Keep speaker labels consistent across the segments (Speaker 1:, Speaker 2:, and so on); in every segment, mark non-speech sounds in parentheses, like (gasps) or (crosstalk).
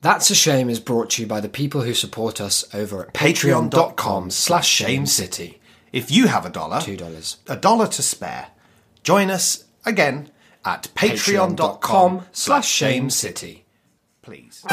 Speaker 1: That's a Shame is brought to you by the people who support us over at patreon.com slash shame city.
Speaker 2: If you have a dollar,
Speaker 1: Two dollars.
Speaker 2: a dollar to spare, join us again at patreon.com
Speaker 1: Patreon.com
Speaker 2: slash
Speaker 1: slash
Speaker 2: shame
Speaker 1: shame
Speaker 2: city. Please.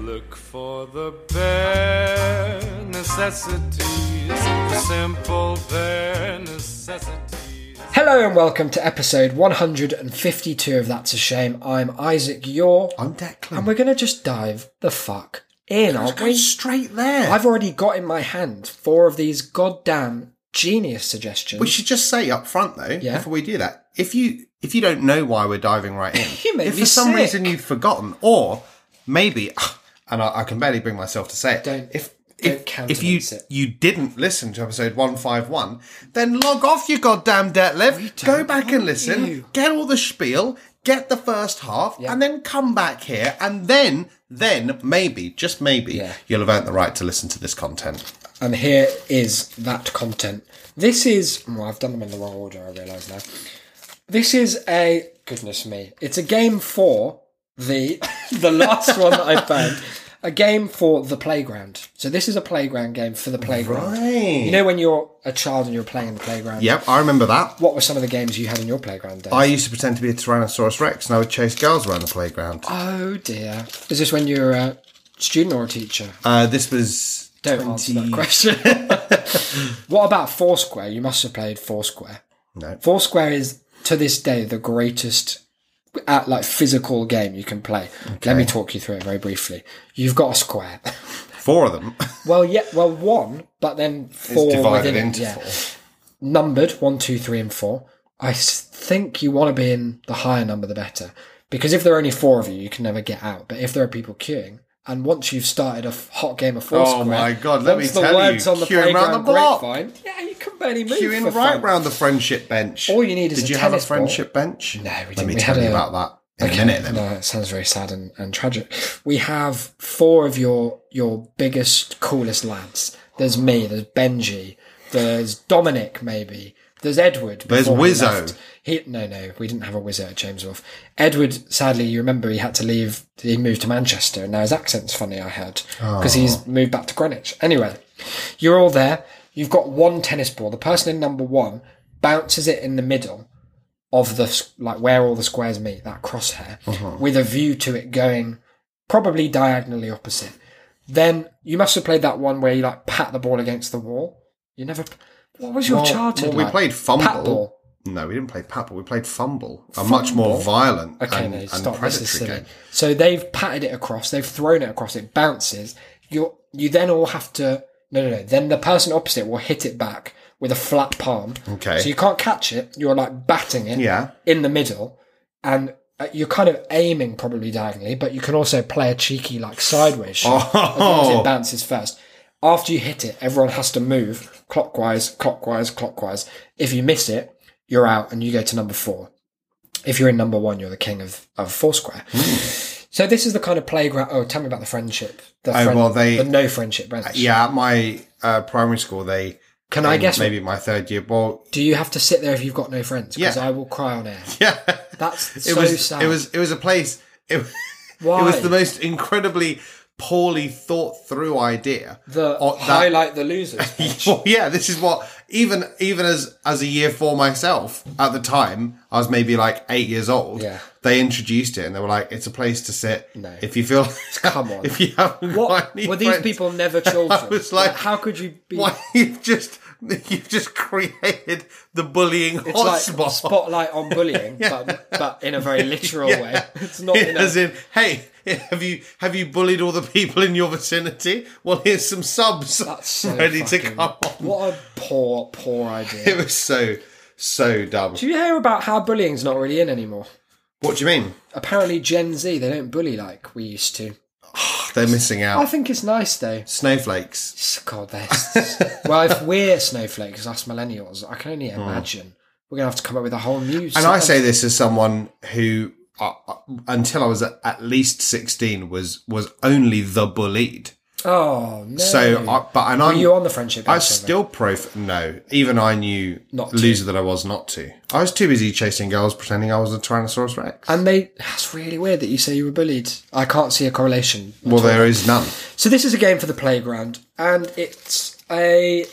Speaker 3: Look for the bare necessities, simple bare necessities.
Speaker 1: Hello and welcome to episode 152 of That's a Shame. I'm Isaac Yore.
Speaker 2: I'm Declan.
Speaker 1: And we're going to just dive the fuck in, aren't
Speaker 2: going
Speaker 1: we?
Speaker 2: straight there.
Speaker 1: I've already got in my hand four of these goddamn genius suggestions.
Speaker 2: we should just say up front though,
Speaker 1: Yeah.
Speaker 2: before we do that, if you if you don't know why we're diving right in,
Speaker 1: (laughs) You make
Speaker 2: if
Speaker 1: me
Speaker 2: for some
Speaker 1: sick.
Speaker 2: reason you've forgotten, or maybe, (sighs) and I, I can barely bring myself to say it,
Speaker 1: Don't-
Speaker 2: if
Speaker 1: don't
Speaker 2: if, if you
Speaker 1: countenance it.
Speaker 2: you didn't listen to episode one five one, then log off you goddamn deadlift, go
Speaker 1: don't
Speaker 2: back and
Speaker 1: want
Speaker 2: listen,
Speaker 1: you.
Speaker 2: get all the spiel, get the first half, and then come back here, and then then maybe just maybe
Speaker 1: Yeah.
Speaker 2: you'll have earned the right to listen to this content.
Speaker 1: And here is that content. This is. Well, I've done them in the wrong order, I realise now. This is a. Goodness me. It's a game for the (laughs) the last one that I found. A game for the playground. So this is a playground game for the playground.
Speaker 2: Right.
Speaker 1: You know when you're a child and you're playing in the playground?
Speaker 2: Yep, I remember that.
Speaker 1: What were some of the games you had in your playground day?
Speaker 2: I used to pretend to be a Tyrannosaurus Rex and I would chase girls around the playground.
Speaker 1: oh dear. Is this when you were a student or a teacher?
Speaker 2: Uh, this was
Speaker 1: Don't
Speaker 2: 20...
Speaker 1: answer that question. (laughs) what about Foursquare? You must have played Foursquare.
Speaker 2: No.
Speaker 1: Foursquare is to this day the greatest at like physical game you can play. Let me talk you through it very briefly. You've got a square. (laughs)
Speaker 2: Four of them. (laughs)
Speaker 1: well, yeah, well one, but then four
Speaker 2: it's divided
Speaker 1: within it,
Speaker 2: into
Speaker 1: Oh, yeah.
Speaker 2: four.
Speaker 1: numbered one, two, three, and four. I s- think you want to be in the higher number, the better, because if there are only four of you, you can never get out. But if there are people queuing, and once you've started a f- hot game of Foursquare,
Speaker 2: Oh my God, let
Speaker 1: once
Speaker 2: me tell you, queuing round
Speaker 1: playground
Speaker 2: the block.
Speaker 1: grapevine, yeah, you can barely move.
Speaker 2: Queuing
Speaker 1: for
Speaker 2: right
Speaker 1: fun.
Speaker 2: round the friendship bench.
Speaker 1: All you need is
Speaker 2: Did
Speaker 1: a
Speaker 2: you have a
Speaker 1: tennis ball.
Speaker 2: friendship bench? No,
Speaker 1: we
Speaker 2: Let
Speaker 1: didn't.
Speaker 2: me
Speaker 1: We
Speaker 2: tell
Speaker 1: had
Speaker 2: you
Speaker 1: a-
Speaker 2: about that in a minute then.
Speaker 1: No, that sounds very sad and, and tragic. We have four of your your biggest, coolest lads. There's me, there's Benji, there's Dominic, maybe, there's Edward.
Speaker 2: There's
Speaker 1: before he
Speaker 2: Wizzo.
Speaker 1: left. He, no, no, we didn't have a wizard at James Wolfe. Edward, sadly, you remember he had to leave, he moved to Manchester, and now his accent's funny, I heard, because
Speaker 2: Oh.
Speaker 1: he's moved back to Greenwich. Anyway, you're all there, you've got one tennis ball. The person in number one bounces it in the middle of the s- like where all the squares meet, that crosshair,
Speaker 2: Uh-huh.
Speaker 1: with a view to it going probably diagonally opposite. Then you must have played that one where you like pat the ball against the wall. You never. What was your
Speaker 2: Well,
Speaker 1: childhood?
Speaker 2: well, we
Speaker 1: like?
Speaker 2: played fumble.
Speaker 1: Pat ball.
Speaker 2: No, we didn't play pat, but we played fumble, a much more violent
Speaker 1: Okay,
Speaker 2: and,
Speaker 1: no,
Speaker 2: and
Speaker 1: stop. This is
Speaker 2: predatory
Speaker 1: silly.
Speaker 2: game.
Speaker 1: So they've patted it across. They've thrown it across. It bounces. You you then all have to no no no. Then the person opposite will hit it back with a flat palm.
Speaker 2: Okay.
Speaker 1: So you can't catch it. You're like batting it.
Speaker 2: Yeah.
Speaker 1: In the middle, and uh, you're kind of aiming probably diagonally, but you can also play a cheeky like sideways shot as long
Speaker 2: Oh.
Speaker 1: as it bounces first. After you hit it, everyone has to move clockwise, clockwise, clockwise. If you miss it, you're out and you go to number four if you're in number one, you're the king of, of Foursquare. so this is the kind of playground. Oh, tell me about the friendship. The
Speaker 2: Hmm. Oh, well, they-
Speaker 1: the no friendship branch.
Speaker 2: Yeah, at my uh, primary school, they.
Speaker 1: Can I guess?
Speaker 2: Maybe my third year. Well, (laughs)
Speaker 1: Do you have to sit there if you've got no friends? Because
Speaker 2: Yeah.
Speaker 1: I will cry on air.
Speaker 2: yeah.
Speaker 1: That's
Speaker 2: (laughs) It
Speaker 1: so
Speaker 2: was.
Speaker 1: sad.
Speaker 2: It was. It was a place. It,
Speaker 1: Why?
Speaker 2: It was the most incredibly poorly thought through idea.
Speaker 1: The
Speaker 2: Or Oh, that-
Speaker 1: highlight the losers.
Speaker 2: (laughs) Well, yeah, this is what even even as as a year four myself at the time, I was maybe like eight years old.
Speaker 1: Yeah.
Speaker 2: They introduced it and they were like, "It's a place to sit
Speaker 1: No.
Speaker 2: if you feel
Speaker 1: (laughs) Come on.
Speaker 2: (laughs) if you haven't
Speaker 1: what
Speaker 2: got any
Speaker 1: were these
Speaker 2: friends."
Speaker 1: people never children?
Speaker 2: (laughs) I was like,
Speaker 1: how could you be?
Speaker 2: Why (laughs) you've just you've just created the bullying
Speaker 1: It's like
Speaker 2: hotspot?
Speaker 1: spotlight on
Speaker 2: (laughs)
Speaker 1: bullying, but, but in a very literal way. (laughs) It's not in a,
Speaker 2: As in, hey, have you have you bullied all the people in your vicinity? Well, here's some subs (laughs)
Speaker 1: that's so
Speaker 2: ready to
Speaker 1: fucking-
Speaker 2: come on. (laughs)
Speaker 1: What a poor, poor idea.
Speaker 2: It was so so dumb.
Speaker 1: Do you hear about how bullying's not really in anymore?
Speaker 2: What do you mean?
Speaker 1: Apparently, Gen Z they don't bully like we used to.
Speaker 2: They're missing
Speaker 1: I
Speaker 2: out.
Speaker 1: think it's nice though.
Speaker 2: Snowflakes.
Speaker 1: S- God, that's
Speaker 2: (laughs)
Speaker 1: well, if we're snowflakes, us millennials, I can only imagine we're gonna have to come up with a whole new.
Speaker 2: Hmm. And I say this as someone who, uh, uh, until I was at at least sixteen, was was only the bullied.
Speaker 1: Oh no!
Speaker 2: So, I, but and
Speaker 1: were
Speaker 2: I'm
Speaker 1: you on the friendship?
Speaker 2: I
Speaker 1: episode?
Speaker 2: still pro. No, even I knew
Speaker 1: Not to.
Speaker 2: loser that I was not to. I was too busy chasing girls, pretending I was a Tyrannosaurus Rex.
Speaker 1: And they, that's really weird that you say you were bullied. I can't see a correlation.
Speaker 2: Well, there is none.
Speaker 1: So this is a game for the playground, and it's a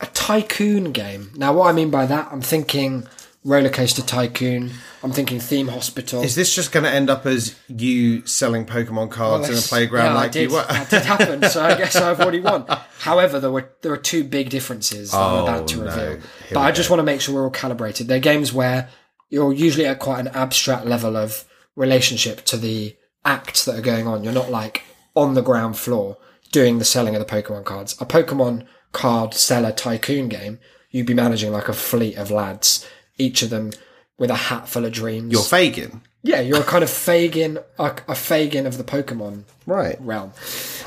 Speaker 1: a tycoon game. Now, what I mean by that, I'm thinking roller coaster tycoon. I'm thinking theme hospital.
Speaker 2: Is this just going to end up as you selling Pokemon cards in a
Speaker 1: That's-
Speaker 2: playground
Speaker 1: Oh, yeah,
Speaker 2: like
Speaker 1: I did,
Speaker 2: you were?
Speaker 1: that did happen, so I guess I've already
Speaker 2: (laughs)
Speaker 1: won. However, there were there are two big differences that I'm about to
Speaker 2: Oh, no.
Speaker 1: reveal.
Speaker 2: Here
Speaker 1: but
Speaker 2: we
Speaker 1: I just want to make sure we're all calibrated. They're games where you're usually at quite an abstract level of relationship to the acts that are going on. You're not like on the ground floor doing the selling of the Pokemon cards. A Pokemon card seller tycoon game, you'd be managing like a fleet of lads, each of them with a hat full of dreams.
Speaker 2: (laughs) You're Fagin,
Speaker 1: yeah, you're a kind of Fagin, a, a Fagin of the Pokemon
Speaker 2: right?
Speaker 1: realm.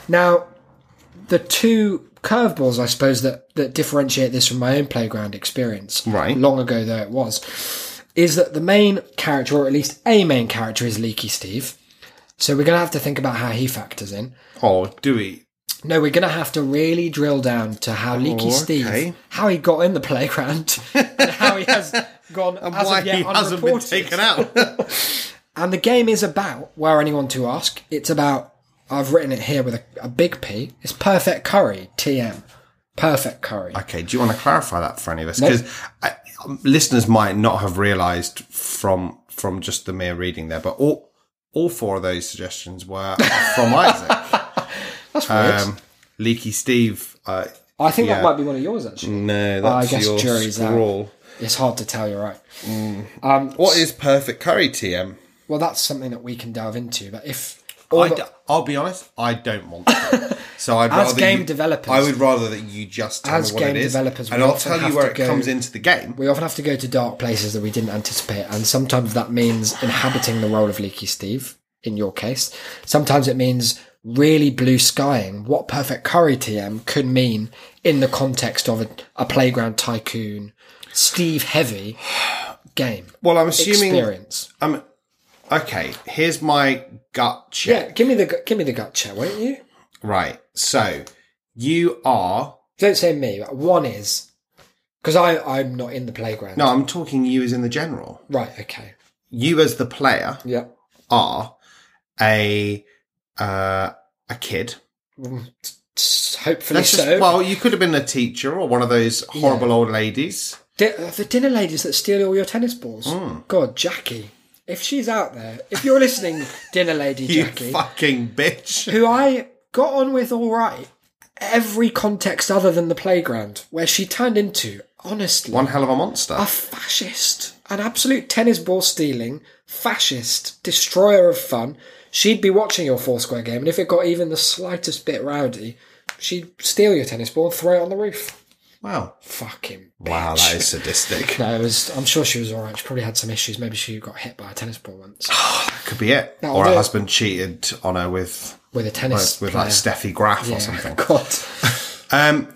Speaker 1: Now, the two curveballs, I suppose, that, that differentiate this from my own playground experience,
Speaker 2: Right.
Speaker 1: long ago though it was, is that the main character, or at least a main character, is Leaky Steve. So we're going to have to think about how he factors in.
Speaker 2: Oh, do we?
Speaker 1: No, we're going to have to really drill down to how Leaky
Speaker 2: okay.
Speaker 1: Steve, how he got in the playground, (laughs) and how he has
Speaker 2: (laughs)
Speaker 1: gone as
Speaker 2: Why
Speaker 1: of yet
Speaker 2: he hasn't been
Speaker 1: unreported.
Speaker 2: taken out?
Speaker 1: (laughs) And the game is about, were anyone to ask, it's about, I've written it here with a, a big P, it's Perfect Curry, TM. Perfect Curry.
Speaker 2: Okay, do you want to clarify that for any of us? Because listeners might not have realised from from just the mere reading there, but all all four of those suggestions were (laughs)
Speaker 1: (laughs)
Speaker 2: from Isaac.
Speaker 1: That's weird.
Speaker 2: Um, Leaky Steve. Uh,
Speaker 1: I think
Speaker 2: yeah.
Speaker 1: that might be one of yours, actually.
Speaker 2: no,
Speaker 1: I
Speaker 2: that's
Speaker 1: guess
Speaker 2: your
Speaker 1: jury's out.
Speaker 2: scrawl.
Speaker 1: It's hard to tell, you're right.
Speaker 2: What is perfect curry TM?
Speaker 1: Well, that's something that we can delve into, but if.
Speaker 2: I d- I'll be honest, I don't
Speaker 1: (laughs)
Speaker 2: want to. So I'd
Speaker 1: As
Speaker 2: rather
Speaker 1: game
Speaker 2: you-
Speaker 1: developers-
Speaker 2: I would rather that you just tell
Speaker 1: As
Speaker 2: me what
Speaker 1: game
Speaker 2: it is,
Speaker 1: developers, we
Speaker 2: and I'll
Speaker 1: often
Speaker 2: tell
Speaker 1: have
Speaker 2: you where
Speaker 1: to
Speaker 2: it
Speaker 1: go-
Speaker 2: comes into the game.
Speaker 1: We often have to go to dark places that we didn't anticipate, and sometimes that means inhabiting the role of Leaky Steve, in your case. Sometimes it means really blue skying what Perfect Curry TM could mean in the context of a, a playground tycoon, Steve
Speaker 2: (sighs)
Speaker 1: Heavy game.
Speaker 2: Well, I'm assuming.
Speaker 1: Experience.
Speaker 2: I'm okay. Here's my gut check.
Speaker 1: Yeah, give me the gu- give me the gut check, won't you?
Speaker 2: Right. So you are.
Speaker 1: Don't say me. but One is because I I'm not in the playground.
Speaker 2: No, I'm talking you as in the general.
Speaker 1: Right. Okay.
Speaker 2: You as the player
Speaker 1: Yeah.
Speaker 2: are a uh, a kid.
Speaker 1: S- Hopefully
Speaker 2: Let's
Speaker 1: so.
Speaker 2: just, well, you could have been a teacher or one of those horrible old ladies.
Speaker 1: Di- the dinner ladies that steal all your tennis balls.
Speaker 2: Mm.
Speaker 1: God, Jackie. If she's out there, if you're
Speaker 2: (laughs)
Speaker 1: listening, dinner lady
Speaker 2: You
Speaker 1: Jackie,
Speaker 2: fucking bitch.
Speaker 1: who I got on with all right, every context other than the playground, where she turned into, honestly,
Speaker 2: One hell of a monster.
Speaker 1: a fascist, an absolute tennis ball stealing, fascist, destroyer of fun. She'd be watching your Foursquare game, and if it got even the slightest bit rowdy, she'd steal your tennis ball and throw it on the roof.
Speaker 2: wow.
Speaker 1: Fucking
Speaker 2: Wow,
Speaker 1: bitch.
Speaker 2: that is sadistic.
Speaker 1: No, it was. I'm sure she was all right. She probably had some issues. Maybe she got hit by a tennis ball once
Speaker 2: that (laughs) could be it.
Speaker 1: No,
Speaker 2: or
Speaker 1: I'll
Speaker 2: her
Speaker 1: do it.
Speaker 2: husband cheated on her with
Speaker 1: with a tennis
Speaker 2: with
Speaker 1: player.
Speaker 2: like Steffi Graf or
Speaker 1: Yeah, (laughs)
Speaker 2: something.
Speaker 1: God.
Speaker 2: Um,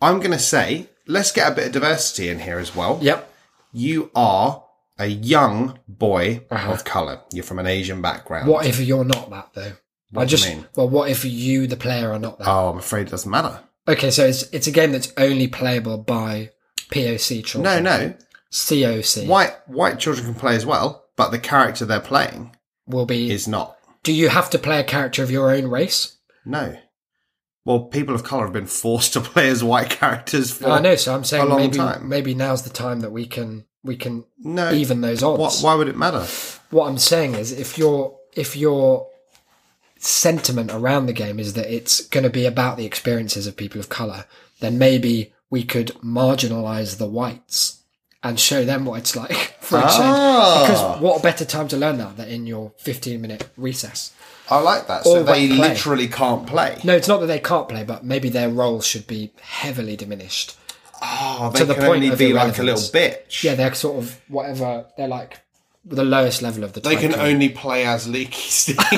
Speaker 2: I'm gonna say let's get a bit of diversity in here as well.
Speaker 1: Yep.
Speaker 2: you are a young boy of color. You're from an Asian background.
Speaker 1: Uh-huh. What if you're not that though? I
Speaker 2: do
Speaker 1: just.
Speaker 2: you mean?
Speaker 1: Well, what if you, the player, are not that?
Speaker 2: Oh, I'm afraid it doesn't matter.
Speaker 1: okay, so it's it's a game that's only playable by POC children.
Speaker 2: No, no.
Speaker 1: COC
Speaker 2: White white children can play as well, but the character they're playing
Speaker 1: will be.
Speaker 2: is not.
Speaker 1: do you have to play a character of your own race?
Speaker 2: No. Well, people of color have been (laughs) forced to play as white characters for
Speaker 1: I know. So I'm saying
Speaker 2: a long
Speaker 1: maybe
Speaker 2: time.
Speaker 1: maybe now's the time that we can we can
Speaker 2: no.
Speaker 1: even those odds.
Speaker 2: Why- why would it matter?
Speaker 1: what I'm saying is if your if your sentiment around the game is that it's going to be about the experiences of people of color, then maybe we could marginalize the whites and show them what it's like (laughs) for a
Speaker 2: Ah.
Speaker 1: change. Because what better time to learn that than in your 15 minute recess?
Speaker 2: I like that.
Speaker 1: Or
Speaker 2: So they
Speaker 1: wet play.
Speaker 2: literally can't play.
Speaker 1: No, it's not that they can't play, but maybe their role should be heavily diminished.
Speaker 2: Oh, they
Speaker 1: To the
Speaker 2: can
Speaker 1: point
Speaker 2: only
Speaker 1: of
Speaker 2: be like a little
Speaker 1: irrelevance.
Speaker 2: bitch.
Speaker 1: Yeah, they're sort of whatever they're like the lowest level of the.
Speaker 2: They can
Speaker 1: tycoon.
Speaker 2: only play as Leaky Steve. (laughs)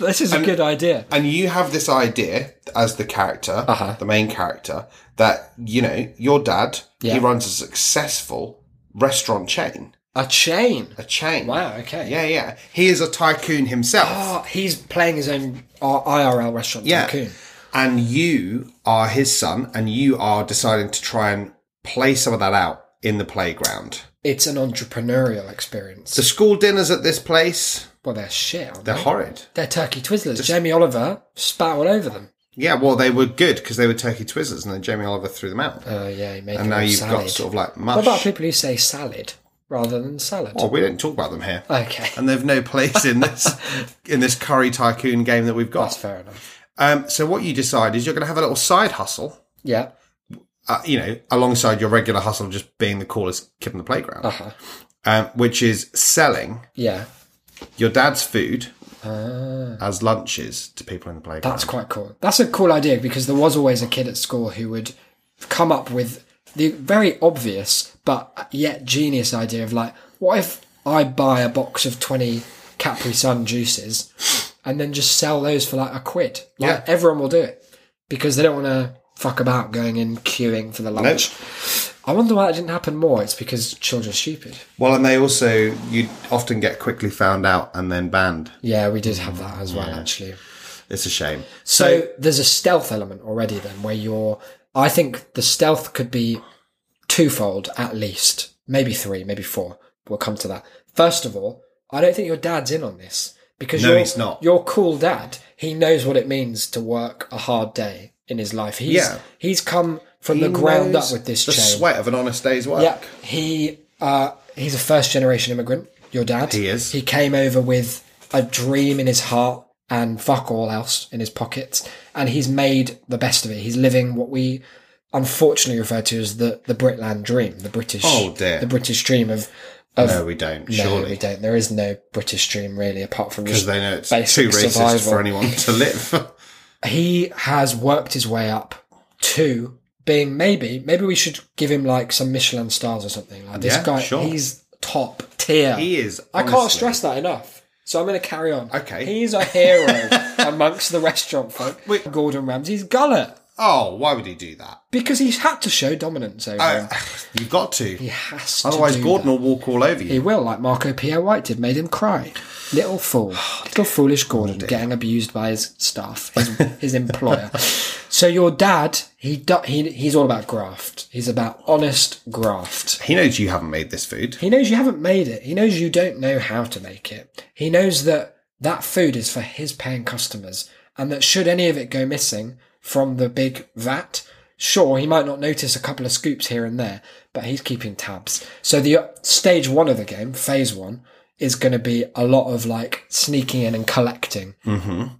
Speaker 1: This is a good idea.
Speaker 2: and you have this idea as the character,
Speaker 1: Uh-huh.
Speaker 2: the main character, that you know your dad.
Speaker 1: Yeah.
Speaker 2: He runs a successful restaurant chain.
Speaker 1: A chain.
Speaker 2: A chain.
Speaker 1: Wow, okay.
Speaker 2: Yeah, yeah. He is a tycoon himself.
Speaker 1: (gasps) Oh, he's playing his own uh, IRL restaurant
Speaker 2: yeah.
Speaker 1: tycoon.
Speaker 2: And you are his son, and you are deciding to try and play some of that out in the playground.
Speaker 1: It's an entrepreneurial experience.
Speaker 2: The school dinners at this place,
Speaker 1: well, they're shit. Aren't
Speaker 2: they're
Speaker 1: they?
Speaker 2: horrid.
Speaker 1: They're turkey twizzlers. Jamie Oliver spat all over them.
Speaker 2: Yeah, well, they were good because they were turkey twizzlers, and then Jamie Oliver threw them out.
Speaker 1: Oh yeah, he made
Speaker 2: and
Speaker 1: them
Speaker 2: now
Speaker 1: all
Speaker 2: you've
Speaker 1: salad.
Speaker 2: got sort of like
Speaker 1: What about
Speaker 2: mush.
Speaker 1: people who say salad rather than salad?
Speaker 2: Oh, we don't talk about them here.
Speaker 1: Okay,
Speaker 2: and they've no place in
Speaker 1: (laughs)
Speaker 2: this in this curry tycoon game that we've
Speaker 1: that's
Speaker 2: got.
Speaker 1: fair enough.
Speaker 2: Um, so what you decide is you're going to have a little side hustle,
Speaker 1: Yeah.
Speaker 2: uh, you know, alongside your regular hustle of just being the coolest kid in the playground,
Speaker 1: Uh huh.
Speaker 2: um, which is selling
Speaker 1: Yeah.
Speaker 2: your dad's food
Speaker 1: Ah.
Speaker 2: as lunches to people in the playground.
Speaker 1: That's quite cool. That's a cool idea because there was always a kid at school who would come up with the very obvious but yet genius idea of like, what if I buy a box of 20 Capri Sun juices and then just sell those for like a quid? Like,
Speaker 2: Yeah.
Speaker 1: everyone will do it because they don't want to fuck about going in queuing for the lunch. I wonder why that didn't happen more. It's because children are stupid.
Speaker 2: well, and they also you often get quickly found out and then banned.
Speaker 1: Yeah, we did have that as well, actually.
Speaker 2: It's a shame.
Speaker 1: So, there's a stealth element already then where you're I think the stealth could be twofold at least, maybe three, maybe four. We'll come to that. First of all, I don't think your dad's in on this because
Speaker 2: No,
Speaker 1: you're,
Speaker 2: he's not.
Speaker 1: your cool dad. He knows what it means to work a hard day in his life. He's
Speaker 2: Yeah.
Speaker 1: he's come from the ground up
Speaker 2: knows
Speaker 1: with this
Speaker 2: the
Speaker 1: chain.
Speaker 2: sweat of an honest day's work.
Speaker 1: Yeah, he uh, he's a first generation immigrant. Your dad.
Speaker 2: He is.
Speaker 1: He came over with a dream in his heart and fuck all else in his pockets, and he's made the best of it. He's living what we unfortunately refer to as the the Britland dream, the British.
Speaker 2: Oh, dear.
Speaker 1: The British dream of of.
Speaker 2: No, we don't.
Speaker 1: No,
Speaker 2: surely.
Speaker 1: we don't. There is no British dream really, apart from
Speaker 2: Because
Speaker 1: just
Speaker 2: they know it's
Speaker 1: basic
Speaker 2: too racist
Speaker 1: survival.
Speaker 2: for
Speaker 1: (laughs)
Speaker 2: anyone to live.
Speaker 1: he has worked his way up to being maybe maybe we should give him like some Michelin stars or something. Like this
Speaker 2: Yeah,
Speaker 1: guy,
Speaker 2: sure.
Speaker 1: he's top tier.
Speaker 2: He is,
Speaker 1: I can't
Speaker 2: honestly.
Speaker 1: stress that enough. So I'm going to carry on.
Speaker 2: Okay.
Speaker 1: He's a
Speaker 2: (laughs)
Speaker 1: hero amongst the restaurant folk.
Speaker 2: Wait.
Speaker 1: Gordon Ramsay's gullet
Speaker 2: oh, why would he do that?
Speaker 1: because he's had to show dominance over him.
Speaker 2: You've got to.
Speaker 1: He has to.
Speaker 2: Otherwise,
Speaker 1: do
Speaker 2: Gordon
Speaker 1: that.
Speaker 2: will walk all over
Speaker 1: He
Speaker 2: you.
Speaker 1: will, like Marco Pierre White did, made him cry. Little
Speaker 2: (sighs)
Speaker 1: fool.
Speaker 2: Oh,
Speaker 1: Little foolish Gordon getting abused by his staff,
Speaker 2: (laughs)
Speaker 1: his, his employer. So your dad, he, do, he he's all about graft. He's about honest graft.
Speaker 2: He knows you haven't made this food.
Speaker 1: He knows you haven't made it. He knows you don't know how to make it. He knows that that food is for his paying customers and that should any of it go missing from the big vat, sure, he might not notice a couple of scoops here and there, but he's keeping tabs. So the uh, stage one of the game, phase one, is going to be a lot of like sneaking in and collecting
Speaker 2: Mm-hmm.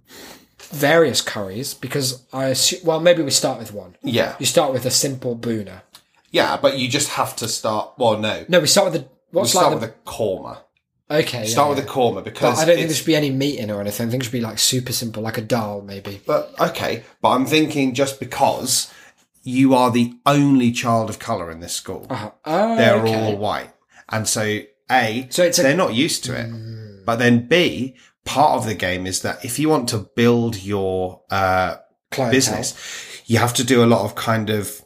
Speaker 1: various curries because I assume, well, maybe we start with one.
Speaker 2: Yeah,
Speaker 1: You start with a simple boona.
Speaker 2: yeah, but you just have to start. Well, no,
Speaker 1: No, we start with the,
Speaker 2: we
Speaker 1: what's
Speaker 2: start
Speaker 1: like
Speaker 2: with
Speaker 1: the,
Speaker 2: a korma.
Speaker 1: okay. yeah,
Speaker 2: Start
Speaker 1: yeah.
Speaker 2: with a korma because
Speaker 1: But I don't think
Speaker 2: it's-
Speaker 1: there should be any meat in or anything. I think it should be like super simple, like a dal maybe.
Speaker 2: But okay, but I'm thinking just because you are the only child of color in this school,
Speaker 1: Oh,
Speaker 2: they're
Speaker 1: okay.
Speaker 2: all white, and so a
Speaker 1: So it's a- Mm.
Speaker 2: they're not used to it. But then b part of the game is that if you want to build your uh,
Speaker 1: Clientele.
Speaker 2: business, you have to do a lot of kind of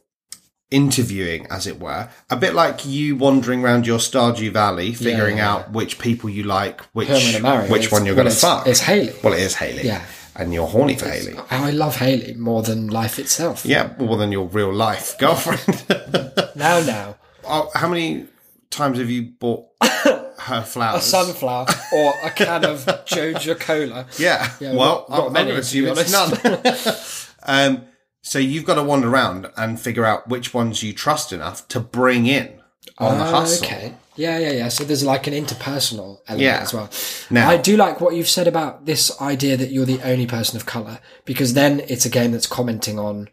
Speaker 2: interviewing, as it were. A bit like you wandering around your Stardew Valley, figuring out which people you like, which
Speaker 1: Who I'm gonna marry.
Speaker 2: which
Speaker 1: It's-
Speaker 2: one you're
Speaker 1: well,
Speaker 2: going to
Speaker 1: it's-
Speaker 2: fuck.
Speaker 1: it's Hayley.
Speaker 2: Well, it is Haley.
Speaker 1: Yeah.
Speaker 2: And you're horny for Haley.
Speaker 1: Oh, I love Haley more than life itself.
Speaker 2: Yeah, well, then your real life
Speaker 1: (laughs)
Speaker 2: girlfriend.
Speaker 1: Now, now,
Speaker 2: oh, how many times have you
Speaker 1: (coughs)
Speaker 2: bought her flowers?
Speaker 1: sunflower or a can (laughs) of Joja Cola.
Speaker 2: Yeah.
Speaker 1: Yeah,
Speaker 2: well,
Speaker 1: not- not
Speaker 2: I'm,
Speaker 1: many,
Speaker 2: I'm going to
Speaker 1: to
Speaker 2: assume
Speaker 1: be
Speaker 2: it's none.
Speaker 1: (laughs)
Speaker 2: (laughs) um, so you've got to wander around and figure out which ones you trust enough to bring in on the hustle.
Speaker 1: Oh, Okay. Yeah, yeah, yeah. So there's like an interpersonal element
Speaker 2: Yeah.
Speaker 1: as well.
Speaker 2: Now-
Speaker 1: I do like what you've said about this idea that you're the only person of color because then it's a game that's commenting on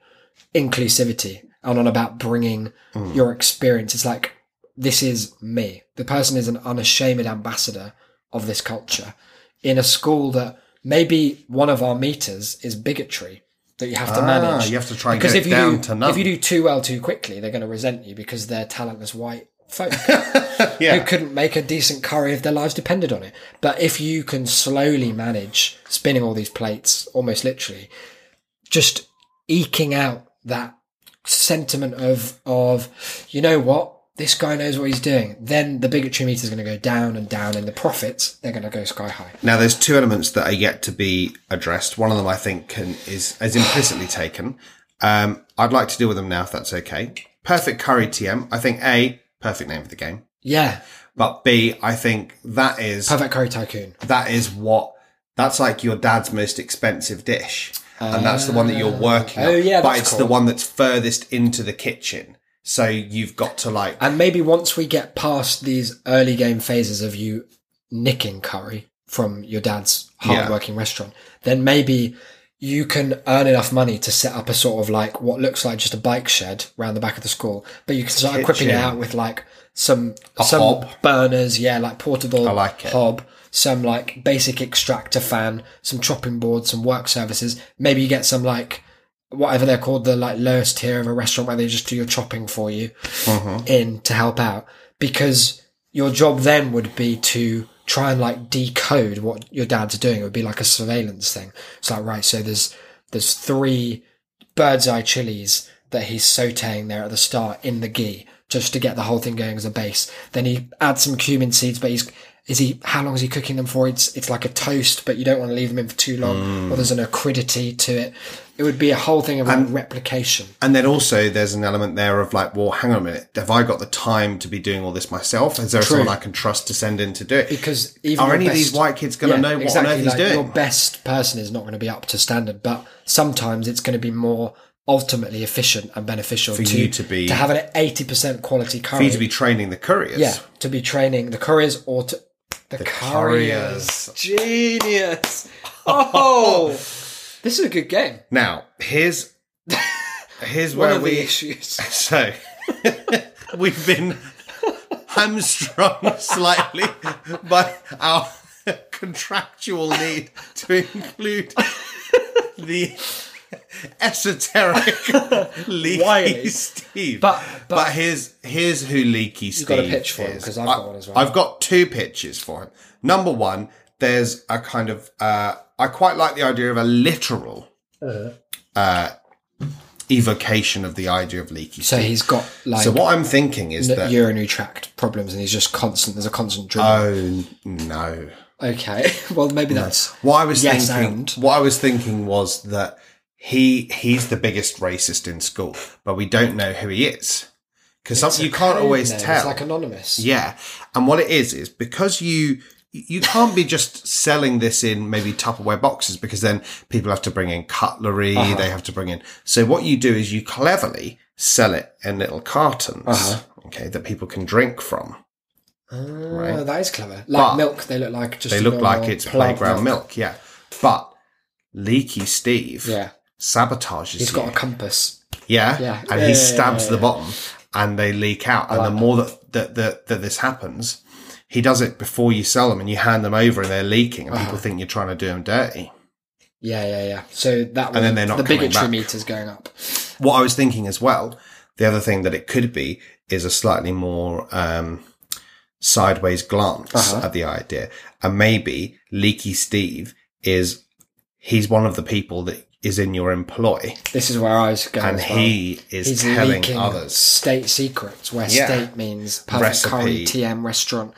Speaker 1: inclusivity and on about bringing
Speaker 2: Mm.
Speaker 1: your experience. It's like this is me. The person is an unashamed ambassador of this culture in a school that maybe one of our meters is bigotry that you have to manage.
Speaker 2: Ah, you have to try and
Speaker 1: because
Speaker 2: get
Speaker 1: if
Speaker 2: it
Speaker 1: you
Speaker 2: down
Speaker 1: do,
Speaker 2: to none.
Speaker 1: If you do too well too quickly, they're going to resent you because they're talentless white folk
Speaker 2: (laughs) Yeah.
Speaker 1: who couldn't make a decent curry if their lives depended on it. But if you can slowly manage spinning all these plates, almost literally, just eking out that sentiment of of you know what this guy knows what he's doing, then the bigotry meter is going to go down and down, and the profits they're going to go sky high.
Speaker 2: Now, there's two elements that are yet to be addressed. One of them, I think, can, is is implicitly taken. Um, I'd like to deal with them now, if that's okay. Perfect Curry TM. I think a perfect name for the game,
Speaker 1: Yeah,
Speaker 2: but b I think that is
Speaker 1: perfect curry tycoon.
Speaker 2: that is what that's like your dad's most expensive dish, and that's the one that you're working.
Speaker 1: Oh,
Speaker 2: on,
Speaker 1: yeah,
Speaker 2: but
Speaker 1: that's
Speaker 2: it's
Speaker 1: cool.
Speaker 2: the one that's furthest into the kitchen. So you've got to like
Speaker 1: And maybe once we get past these early game phases of you nicking curry from your dad's hardworking restaurant, then maybe you can earn enough money to set up a sort of like what looks like just a bike shed round the back of the school. But you can start equipping it
Speaker 2: Kitchen.
Speaker 1: out with like some some
Speaker 2: hob.
Speaker 1: burners, yeah, like portable
Speaker 2: I like it.
Speaker 1: hob, some like basic extractor fan, some chopping board, some work services. Maybe you get some like whatever they're called, the like lowest tier of a restaurant where they just do your chopping for you
Speaker 2: Mm-hmm.
Speaker 1: in to help out because your job then would be to try and like decode what your dad's doing. It would be like a surveillance thing. It's like right, so there's there's three bird's eye chilies that he's sauteing there at the start in the ghee just to get the whole thing going as a base. Then he adds some cumin seeds, but he's is he how long is he cooking them for? It's it's like a toast, but you don't want to leave them in for too long,
Speaker 2: Mm.
Speaker 1: or there's an acridity to it. It would be a whole thing of like, replication.
Speaker 2: And then also there's an element there of like, well, hang on a minute. Have I got the time to be doing all this myself? Is there someone I can trust to send in to do it?
Speaker 1: Because even
Speaker 2: are
Speaker 1: your
Speaker 2: any of these
Speaker 1: best-
Speaker 2: white kids going to know what on
Speaker 1: like,
Speaker 2: earth he's
Speaker 1: Your
Speaker 2: doing?
Speaker 1: best person is not going to be up to standard, but sometimes it's going to be more ultimately efficient and beneficial for to
Speaker 2: you to be-
Speaker 1: to have an eighty percent quality curry.
Speaker 2: For you to be training the couriers.
Speaker 1: yeah, to be training the couriers or to the, couriers. Genius! Oh, this is a good game.
Speaker 2: Now,
Speaker 1: (laughs)
Speaker 2: here's here's
Speaker 1: One
Speaker 2: where
Speaker 1: of the
Speaker 2: we
Speaker 1: issues.
Speaker 2: so (laughs) we've been hamstrung slightly by our contractual need to include the esoteric leaky
Speaker 1: Wiley.
Speaker 2: Steve.
Speaker 1: But- but-
Speaker 2: here's here's who leaky Steve
Speaker 1: got a pitch for him,
Speaker 2: is.
Speaker 1: 'cause I've
Speaker 2: I-
Speaker 1: got one as well.
Speaker 2: I've got two pitches for him. Number one, there's a kind of uh, I quite like the idea of a literal. Uh, evocation of the idea of leaky
Speaker 1: So he's got like
Speaker 2: so what I'm thinking is that
Speaker 1: urinary tract problems, and he's just constant. There's a constant dribble.
Speaker 2: oh no.
Speaker 1: okay, (laughs) well maybe that's
Speaker 2: What I was
Speaker 1: Yes,
Speaker 2: thinking,
Speaker 1: and.
Speaker 2: what I was thinking was that he he's the biggest racist in school, but we don't know who he is because you can't always
Speaker 1: No,
Speaker 2: tell.
Speaker 1: It's like anonymous.
Speaker 2: yeah, and what it is is because you you can't be just selling this in maybe Tupperware boxes because then people have to bring in cutlery,
Speaker 1: Uh-huh.
Speaker 2: they have to bring in. So what you do is you cleverly sell it in little cartons,
Speaker 1: Uh-huh.
Speaker 2: okay, that people can drink from.
Speaker 1: Oh, that is clever. Like
Speaker 2: But
Speaker 1: milk, they look like just
Speaker 2: They
Speaker 1: a
Speaker 2: look like
Speaker 1: normal
Speaker 2: it's
Speaker 1: plant
Speaker 2: playground milk. yeah. But leaky Steve
Speaker 1: Yeah,
Speaker 2: sabotages
Speaker 1: he's
Speaker 2: you.
Speaker 1: got a compass.
Speaker 2: yeah?
Speaker 1: yeah.
Speaker 2: and
Speaker 1: Yeah,
Speaker 2: he
Speaker 1: yeah,
Speaker 2: stabs
Speaker 1: yeah,
Speaker 2: the bottom, and they leak out. And the more that, that that that this happens, he does it before you sell them, and you hand them over, and they're leaking,
Speaker 1: Uh-huh.
Speaker 2: and people think you're trying to do them dirty.
Speaker 1: Yeah, yeah, yeah. So that one,
Speaker 2: then they're not
Speaker 1: the
Speaker 2: coming
Speaker 1: bigotry
Speaker 2: back.
Speaker 1: meter's going up.
Speaker 2: What I was thinking as well, the other thing that it could be is a slightly more um, sideways glance at the idea. And maybe Leaky Steve is, he's one of the people that is in your employ
Speaker 1: This is where I was going.
Speaker 2: and
Speaker 1: as well.
Speaker 2: he is telling others.
Speaker 1: state secrets where
Speaker 2: Yeah.
Speaker 1: state means perfect
Speaker 2: Recipe.
Speaker 1: curry TM restaurant.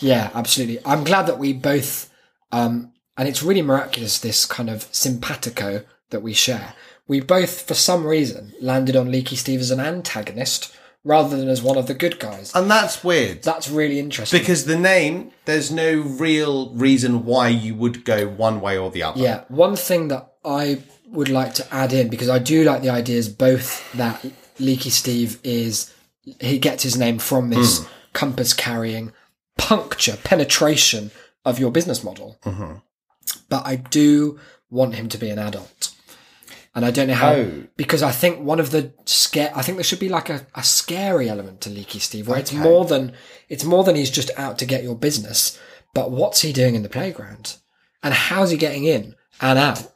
Speaker 1: Yeah, absolutely. I'm glad that we both, um, and it's really miraculous this kind of simpatico that we share. We both, for some reason, landed on Leaky Steve as an antagonist rather than as one of the good guys.
Speaker 2: And that's weird
Speaker 1: That's really interesting.
Speaker 2: because the name, there's no real reason why you would go one way or the other.
Speaker 1: Yeah, one thing that I would like to add in because I do like the ideas both that Leaky Steve is he gets his name from this compass carrying puncture penetration of your business model. But I do want him to be an adult. And I don't know how
Speaker 2: Oh.
Speaker 1: because I think one of the scare I think there should be like a, a scary element to Leaky Steve where it's more than it's more than he's just out to get your business. But what's he doing in the playground? And how's he getting in and out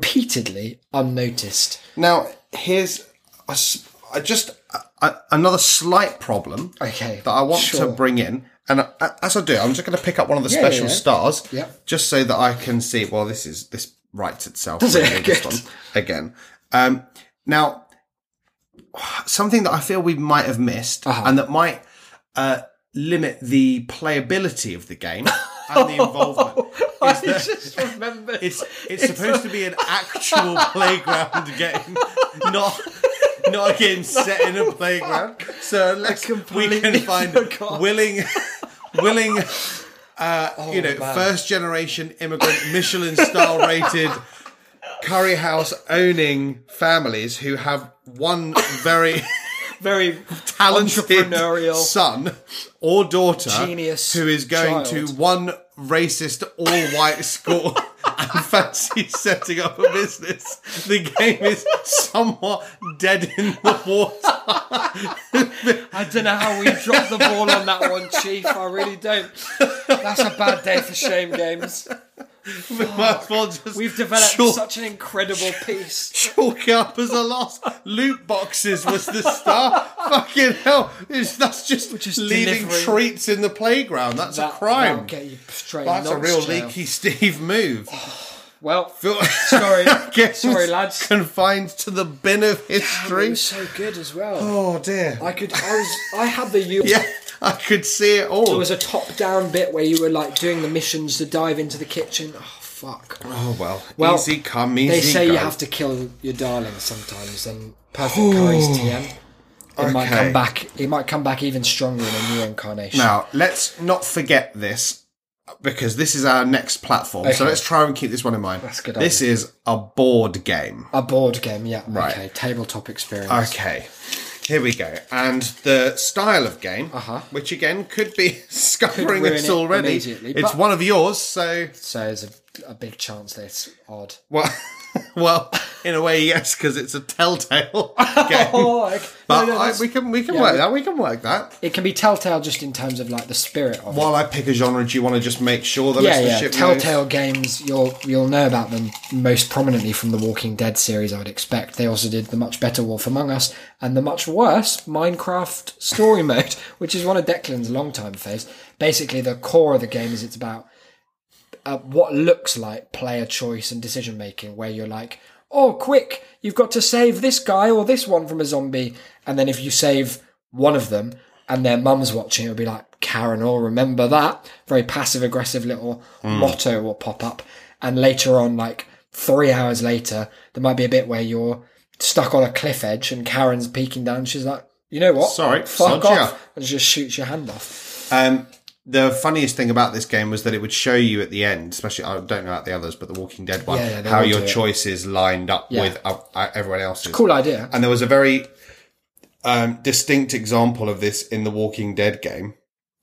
Speaker 1: repeatedly unnoticed?
Speaker 2: Now, here's a s- a- just a, a, another slight problem
Speaker 1: Okay,
Speaker 2: that I want
Speaker 1: sure.
Speaker 2: to bring in. And I, as I do, I'm just going to pick up one of the
Speaker 1: yeah,
Speaker 2: special
Speaker 1: yeah.
Speaker 2: stars,
Speaker 1: Yep.
Speaker 2: just so that I can see. Well, this is this writes itself.
Speaker 1: Does it?
Speaker 2: really, this
Speaker 1: Good.
Speaker 2: one, again.
Speaker 1: Uh-huh.
Speaker 2: Um, now, something that I feel we might have missed, and that might uh, limit the playability of the game and
Speaker 1: (laughs)
Speaker 2: the involvement.
Speaker 1: I just (laughs) remember. (laughs)
Speaker 2: It's it's supposed to be an actual playground game, not not
Speaker 1: (laughs)
Speaker 2: a game set in a playground. So unless we can
Speaker 1: completely (laughs)
Speaker 2: find
Speaker 1: forgot. Oh,
Speaker 2: willing willing uh, you know
Speaker 1: man.
Speaker 2: first generation immigrant Michelin star rated curry house owning families who have one very
Speaker 1: very
Speaker 2: talented
Speaker 1: entrepreneurial.
Speaker 2: son or daughter
Speaker 1: Genius
Speaker 2: who is going to
Speaker 1: child.
Speaker 2: one racist all white school (laughs) and fancies setting up a business. The game is somewhat dead in the water.
Speaker 1: I don't know how we dropped the ball on that one, Chief. I really don't. That's a bad day for shame games.
Speaker 2: We might as well just
Speaker 1: We've developed
Speaker 2: chalk,
Speaker 1: such an incredible piece.
Speaker 2: chalk it up as a loss. Loot boxes was the star. Fucking hell. It's, that's just,
Speaker 1: just
Speaker 2: leaving
Speaker 1: delivering-
Speaker 2: treats in the playground. That's
Speaker 1: That- that'll
Speaker 2: a crime.
Speaker 1: get you straight
Speaker 2: That's a
Speaker 1: notch
Speaker 2: real
Speaker 1: jail.
Speaker 2: leaky Steve move.
Speaker 1: Well,
Speaker 2: (laughs) Feel-
Speaker 1: sorry,
Speaker 2: Games
Speaker 1: sorry, lads.
Speaker 2: Confined to the bin of
Speaker 1: It
Speaker 2: history.
Speaker 1: was so good as well.
Speaker 2: Oh dear.
Speaker 1: I could, I was, I had the. U-
Speaker 2: yeah, I could see it all.
Speaker 1: There was a top-down bit where you were like doing the missions to dive into the kitchen. Oh fuck!
Speaker 2: oh well.
Speaker 1: Well,
Speaker 2: Easy come, easy
Speaker 1: They say
Speaker 2: go.
Speaker 1: you have to kill your darling sometimes, and perfect carries TM. It might
Speaker 2: Okay.
Speaker 1: come back. It might come back even stronger in a new incarnation.
Speaker 2: Now let's not forget this because this is our next platform. So
Speaker 1: Okay.
Speaker 2: let's try and keep this one in mind.
Speaker 1: That's a good
Speaker 2: This is a board game.
Speaker 1: A board game, yeah.
Speaker 2: Right.
Speaker 1: Okay. Tabletop experience.
Speaker 2: Okay. Here we go. And the style of game,
Speaker 1: Uh-huh.
Speaker 2: which again could be (laughs) scarring
Speaker 1: ruin
Speaker 2: us
Speaker 1: it
Speaker 2: already.
Speaker 1: immediately,
Speaker 2: It's
Speaker 1: but-
Speaker 2: one of yours, so
Speaker 1: So there's a, a big chance that it's odd.
Speaker 2: Well, (laughs) well, in a way, yes, because it's a telltale (laughs)
Speaker 1: (laughs)
Speaker 2: game.
Speaker 1: like,
Speaker 2: but I, we can we can
Speaker 1: yeah,
Speaker 2: work
Speaker 1: we-
Speaker 2: that. We can work that.
Speaker 1: it can be telltale just in terms of like the spirit of it.
Speaker 2: While I pick a genre, do you want to just make sure the
Speaker 1: yeah, yeah.
Speaker 2: listenership knows?
Speaker 1: Telltale games, you'll you'll know about them most prominently from the Walking Dead series. I would expect they also did the much better Wolf Among Us and the much worse Minecraft Story (laughs) Mode, which is one of Declan's longtime faves. Basically, the core of the game is it's about uh, what looks like player choice and decision making, where you're like, oh, quick, you've got to save this guy or this one from a zombie. And then if you save one of them and their mum's watching, it'll be like, Karen, oh, remember that? Very passive aggressive little
Speaker 2: Hmm.
Speaker 1: motto will pop up. And later on, like three hours later, there might be a bit where you're stuck on a cliff edge and Karen's peeking down. She's like, you know what?
Speaker 2: Sorry,
Speaker 1: fuck
Speaker 2: sod you
Speaker 1: off.
Speaker 2: up.
Speaker 1: And she just shoots your hand off.
Speaker 2: Um, the funniest thing about this game was that it would show you at the end, especially I don't know about the others, but the Walking Dead one,
Speaker 1: Yeah, yeah, they
Speaker 2: how
Speaker 1: all
Speaker 2: your
Speaker 1: do it.
Speaker 2: choices lined up
Speaker 1: Yeah.
Speaker 2: with uh, uh, everyone else's.
Speaker 1: Cool idea.
Speaker 2: And there was a very um, distinct example of this in the Walking Dead game,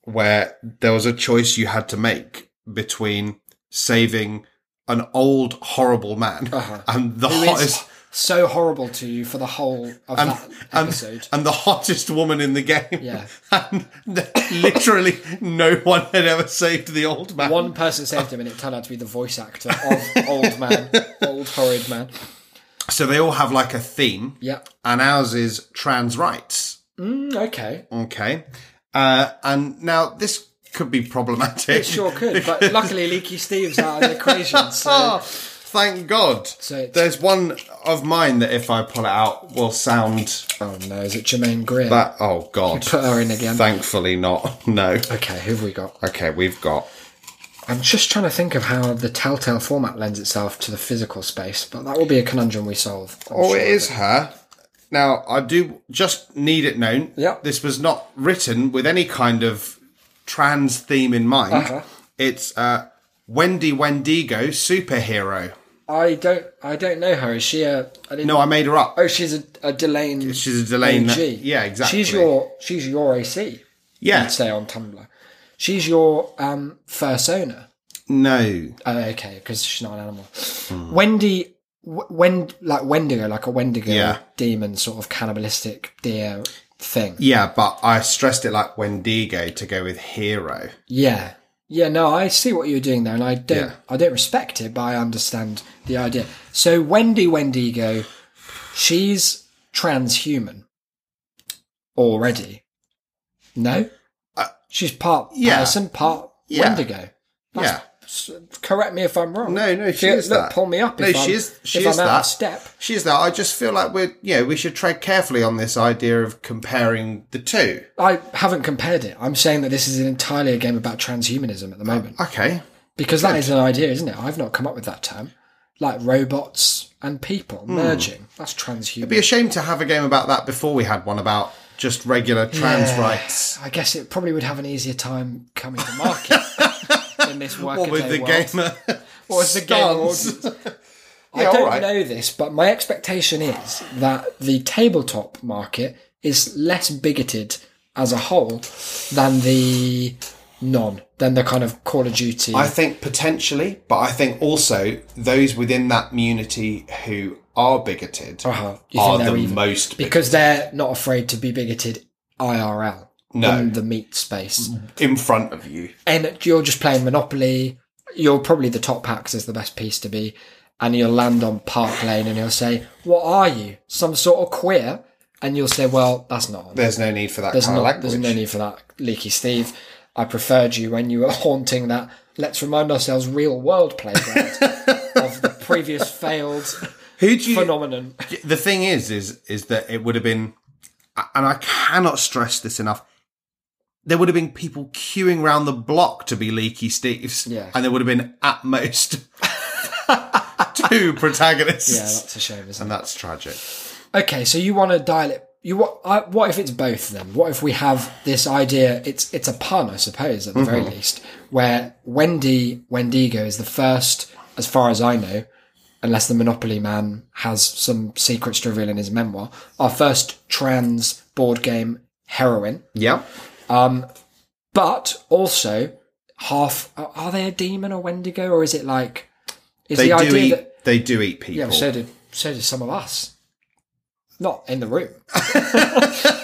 Speaker 2: where there was a choice you had to make between saving an old horrible man (laughs) and
Speaker 1: Uh-huh.
Speaker 2: the
Speaker 1: Who is
Speaker 2: hottest
Speaker 1: so horrible to you for the whole of that episode.
Speaker 2: and, and the hottest woman in the game.
Speaker 1: Yeah.
Speaker 2: (laughs) and literally no one had ever saved the old man.
Speaker 1: One person saved him, and it turned out to be the voice actor of old man, old horrid man.
Speaker 2: So they all have like a theme,
Speaker 1: Yeah.
Speaker 2: and ours is trans rights.
Speaker 1: Mm, Okay.
Speaker 2: Okay. Uh, and now this could be problematic.
Speaker 1: It sure could, but luckily Leaky Steve's out of the equation. So
Speaker 2: (laughs) Oh, thank God.
Speaker 1: So it's-
Speaker 2: There's one of mine that if I pull it out will sound
Speaker 1: oh no, is it Jermaine Greer?
Speaker 2: that. Oh
Speaker 1: (laughs)
Speaker 2: God.
Speaker 1: Put her in again.
Speaker 2: Thankfully not. (laughs) No.
Speaker 1: okay, who have we got?
Speaker 2: Okay, we've got.
Speaker 1: I'm just trying to think of how the Telltale format lends itself to the physical space, but that will be a conundrum we solve. I'm
Speaker 2: Oh,
Speaker 1: sure.
Speaker 2: it is her. Now I do just need it known.
Speaker 1: Yep.
Speaker 2: This was not written with any kind of trans theme in mind.
Speaker 1: Uh-huh.
Speaker 2: It's uh, Wendy Wendigo superhero.
Speaker 1: I don't. I don't know her. Is she a? I didn't,
Speaker 2: No, I made her up.
Speaker 1: Oh, she's a, a Delane.
Speaker 2: She's a Delane-
Speaker 1: OG.
Speaker 2: yeah, exactly.
Speaker 1: She's your. She's your AC.
Speaker 2: Yeah.
Speaker 1: I'd say on Tumblr. She's your um, fursona.
Speaker 2: No.
Speaker 1: Oh, okay, because she's not an animal.
Speaker 2: Hmm.
Speaker 1: Wendy, w- Wend, like Wendigo, like a Wendigo
Speaker 2: Yeah.
Speaker 1: demon, sort of cannibalistic deer thing.
Speaker 2: Yeah, but I stressed it like Wendigo to go with hero.
Speaker 1: Yeah, yeah. No, I see what you're doing there, and I don't.
Speaker 2: Yeah.
Speaker 1: I don't respect it, but I understand the idea. So Wendy Wendigo, she's transhuman already. No, she's part
Speaker 2: Uh, yeah.
Speaker 1: person, part
Speaker 2: Yeah.
Speaker 1: Wendigo.
Speaker 2: yeah.
Speaker 1: S- Correct me if I'm wrong.
Speaker 2: No, no, she
Speaker 1: If you-
Speaker 2: is
Speaker 1: look,
Speaker 2: that.
Speaker 1: Pull me up.
Speaker 2: No,
Speaker 1: if
Speaker 2: she
Speaker 1: I'm,
Speaker 2: is. She
Speaker 1: if
Speaker 2: is
Speaker 1: I'm
Speaker 2: that.
Speaker 1: out of step.
Speaker 2: She is that. I just feel like we're, you know, we should tread carefully on this idea of comparing the two.
Speaker 1: I haven't compared it. I'm saying that this is entirely a game about transhumanism
Speaker 2: Uh,
Speaker 1: at the moment
Speaker 2: Okay.
Speaker 1: because that is an idea, isn't it? I've not come up with that term. Like robots and people merging. That's transhuman.
Speaker 2: Hmm. It'd be a shame to have a game about that before we had one about just regular trans rights.
Speaker 1: I guess it probably would have an easier time coming to
Speaker 2: (laughs)
Speaker 1: market in this work
Speaker 2: What with the
Speaker 1: world.
Speaker 2: gamer?
Speaker 1: (laughs) What was the game
Speaker 2: stance.
Speaker 1: I
Speaker 2: (laughs) Yeah,
Speaker 1: don't
Speaker 2: alright.
Speaker 1: know this, but my expectation is that the tabletop market is less bigoted as a whole than the non, than the kind of Call of Duty.
Speaker 2: I think potentially, but I think also those within that community who are bigoted
Speaker 1: Uh-huh. You think
Speaker 2: are
Speaker 1: they're
Speaker 2: Oh, the
Speaker 1: evil?
Speaker 2: most bigoted.
Speaker 1: because they're not afraid to be bigoted IRL
Speaker 2: No.
Speaker 1: in the meat space.
Speaker 2: in front of you.
Speaker 1: And you're just playing Monopoly. You're probably the top hacks is the best piece to be. And you'll land on Park Lane and he'll say, What are you? Some sort of queer? And you'll say, Well, that's not on.
Speaker 2: There's no need for that
Speaker 1: There's,
Speaker 2: kind
Speaker 1: not,
Speaker 2: of language.
Speaker 1: there's no need for that, Leaky Steve. I preferred you when you were (laughs) haunting that, let's remind ourselves, real world
Speaker 2: (laughs)
Speaker 1: playground of the previous failed
Speaker 2: Who do you?
Speaker 1: phenomenon.
Speaker 2: The thing is, is is that it would have been, and I cannot stress this enough. There would have been people queuing round the block to be Leaky Steve's,
Speaker 1: Yeah.
Speaker 2: and there would have been
Speaker 1: (laughs)
Speaker 2: at most two protagonists,
Speaker 1: Yeah, that's a shame, isn't it?
Speaker 2: and that's tragic.
Speaker 1: Okay, so you want to dial it. You what? I, what if it's both then? What if we have this idea? It's it's a pun, I suppose, at the very
Speaker 2: Mm-hmm.
Speaker 1: least, where Wendy Wendigo is the first, as far as I know, unless the Monopoly Man has some secrets to reveal in his memoir. Our first trans board game heroine,
Speaker 2: Yep.
Speaker 1: but also half. Are are they a demon or Wendigo, or is it like? Is
Speaker 2: They
Speaker 1: the
Speaker 2: do
Speaker 1: idea
Speaker 2: eat.
Speaker 1: that
Speaker 2: they do eat people.
Speaker 1: yeah, so did so did some of us. Not in the
Speaker 2: (laughs)
Speaker 1: room.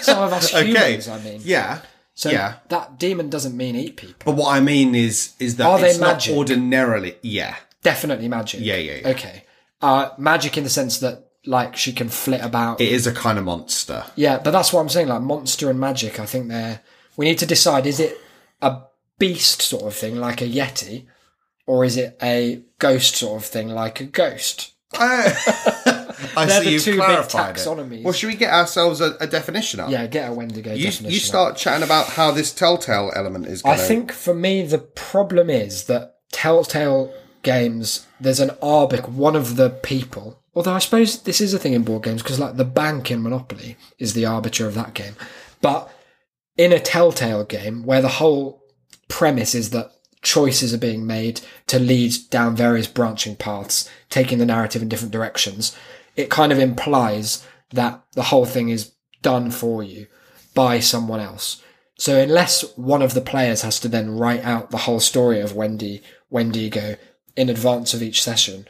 Speaker 1: some of us humans, I mean.
Speaker 2: Yeah.
Speaker 1: so
Speaker 2: yeah.
Speaker 1: that demon doesn't mean eat people.
Speaker 2: But what I mean is, is that
Speaker 1: Are they
Speaker 2: it's not
Speaker 1: magic?
Speaker 2: ordinarily. Yeah.
Speaker 1: Definitely magic.
Speaker 2: Yeah, yeah, yeah.
Speaker 1: Okay. Uh, magic in the sense that like she can flit about.
Speaker 2: It is a kind of monster.
Speaker 1: yeah, but that's what I'm saying. Like monster and magic, I think they're. We need to decide: is it a beast sort of thing, like a yeti, or is it a ghost sort of thing, like a ghost?
Speaker 2: (laughs) I
Speaker 1: They're
Speaker 2: see
Speaker 1: the
Speaker 2: you've
Speaker 1: two big
Speaker 2: clarified
Speaker 1: taxonomies.
Speaker 2: it. Well, should we get ourselves a, a definition up?
Speaker 1: Yeah, get a Wendigo.
Speaker 2: You,
Speaker 1: definition
Speaker 2: you
Speaker 1: out.
Speaker 2: start chatting about how this telltale element is going
Speaker 1: I think for me the problem is that Telltale games there's an arbic one of the people. Although I suppose this is a thing in board games because like the bank in Monopoly is the arbiter of that game, but in a Telltale game where the whole premise is that choices are being made to lead down various branching paths, taking the narrative in different directions, it kind of implies that the whole thing is done for you by someone else. So unless one of the players has to then write out the whole story of Wendy Wendigo in advance of each session,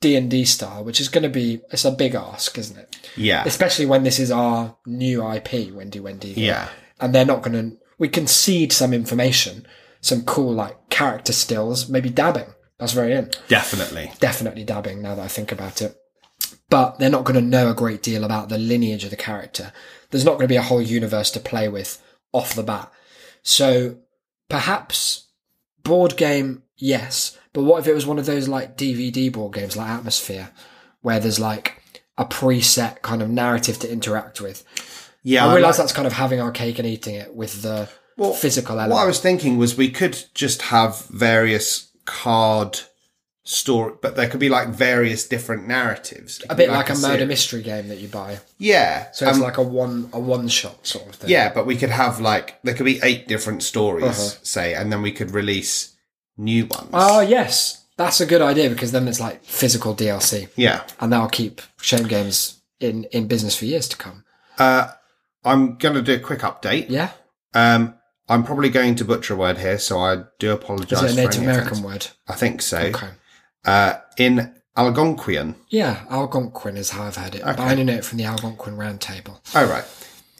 Speaker 1: D and D style, which is going to be it's a big ask, isn't it?
Speaker 2: Yeah.
Speaker 1: Especially when this is our new IP, Wendy Wendigo.
Speaker 2: Yeah.
Speaker 1: And they're not going to. We concede some information, some cool like character stills, maybe dabbing. That's very in
Speaker 2: Definitely.
Speaker 1: definitely dabbing now that I think about it. But they're not going to know a great deal about the lineage of the character. There's not going to be a whole universe to play with off the bat. So perhaps board game, yes. But what if it was one of those like DVD board games like Atmosphere, where there's like a preset kind of narrative to interact with?
Speaker 2: Yeah.
Speaker 1: I
Speaker 2: I
Speaker 1: realise
Speaker 2: Uh, like-
Speaker 1: that's kind of having our cake and eating it with the physical element.
Speaker 2: what I was thinking was we could just have various card story, but there could be like various different narratives.
Speaker 1: a bit like, a murder mystery game that you buy.
Speaker 2: Yeah. um,
Speaker 1: So it's like a one a one shot sort of thing.
Speaker 2: Yeah, but we could have like there could be eight different stories, say, and then we could release new ones.
Speaker 1: Uh-huh. Oh yes, that's a good idea because then it's like physical DLC,
Speaker 2: yeah,
Speaker 1: and that'll keep shame games in in business for years to come.
Speaker 2: I'm gonna do a quick update.
Speaker 1: Yeah,
Speaker 2: Um, I'm probably going to butcher a word here, so I do
Speaker 1: is
Speaker 2: apologise.
Speaker 1: it a
Speaker 2: for
Speaker 1: Native
Speaker 2: any
Speaker 1: American
Speaker 2: offence.
Speaker 1: word?
Speaker 2: I think so.
Speaker 1: Okay.
Speaker 2: Uh, in Algonquian.
Speaker 1: Yeah, Algonquin is how I've heard it. But I only know it from the Algonquin Round Table.
Speaker 2: All right.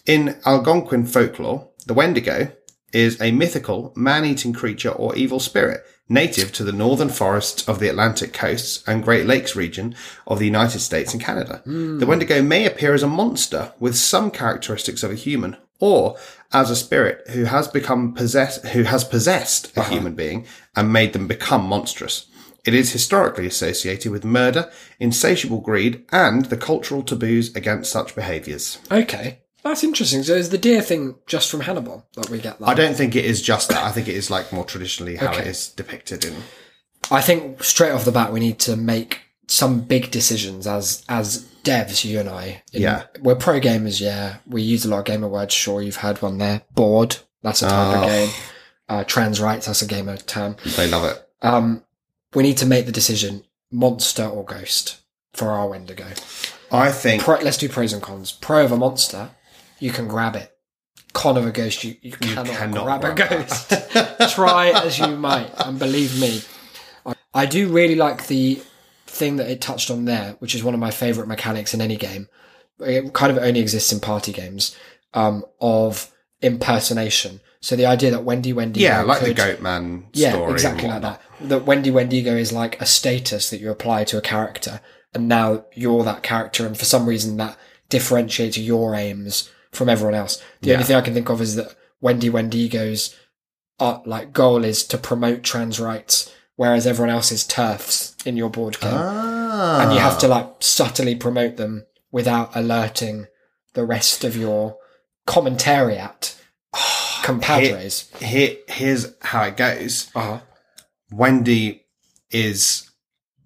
Speaker 2: In Algonquin folklore, the Wendigo is a mythical man-eating creature or evil spirit native to the northern forests of the Atlantic coasts and Great Lakes region of the United States and Canada. The Wendigo may appear as a monster with some characteristics of a human or as a spirit who has become possessed, who has possessed a human being and made them become monstrous. It is historically associated with murder, insatiable greed, and the cultural taboos against such behaviors.
Speaker 1: Okay. That's interesting. So is the deer thing just from Hannibal that we get that?
Speaker 2: I don't think it is just that. I think it is like more traditionally how it
Speaker 1: Okay.
Speaker 2: is depicted in.
Speaker 1: I think straight off the bat we need to make some big decisions as as devs. You and I, In-
Speaker 2: Yeah.
Speaker 1: we're pro gamers. Yeah, we use a lot of gamer words. Sure, you've heard one there. Bored. That's a type
Speaker 2: Oh.
Speaker 1: of game. Uh, trans rights. That's a gamer term.
Speaker 2: They love it.
Speaker 1: Um, we need to make the decision: monster or ghost for our Wendigo.
Speaker 2: I think
Speaker 1: Pro, let's do pros and cons. Pro of a monster, you can grab it. Con of a ghost, you, you, cannot,
Speaker 2: cannot
Speaker 1: grab, a
Speaker 2: grab
Speaker 1: ghost. (laughs) Try as you might, and believe me, I, I do really like the thing that it touched on there, which is one of my favorite mechanics in any game. It kind of only exists in party games um, of impersonation. So the idea that Wendy Wendy
Speaker 2: yeah, like the
Speaker 1: could-
Speaker 2: Goat Man
Speaker 1: yeah,
Speaker 2: story. and
Speaker 1: exactly like
Speaker 2: whatnot.
Speaker 1: that. That Wendy Wendigo is like a status that you apply to a character, and now you're that character, and for some reason that differentiates your aims from everyone else. The only thing I can think of is that Wendy Wendigo's uh, like goal is to promote trans rights, whereas everyone else is turfs in your board game,
Speaker 2: Ah.
Speaker 1: and you have to like subtly promote them without alerting the rest of your
Speaker 2: (sighs)
Speaker 1: commentariat compadres.
Speaker 2: Here, here's how it goes.
Speaker 1: Uh huh.
Speaker 2: Wendy is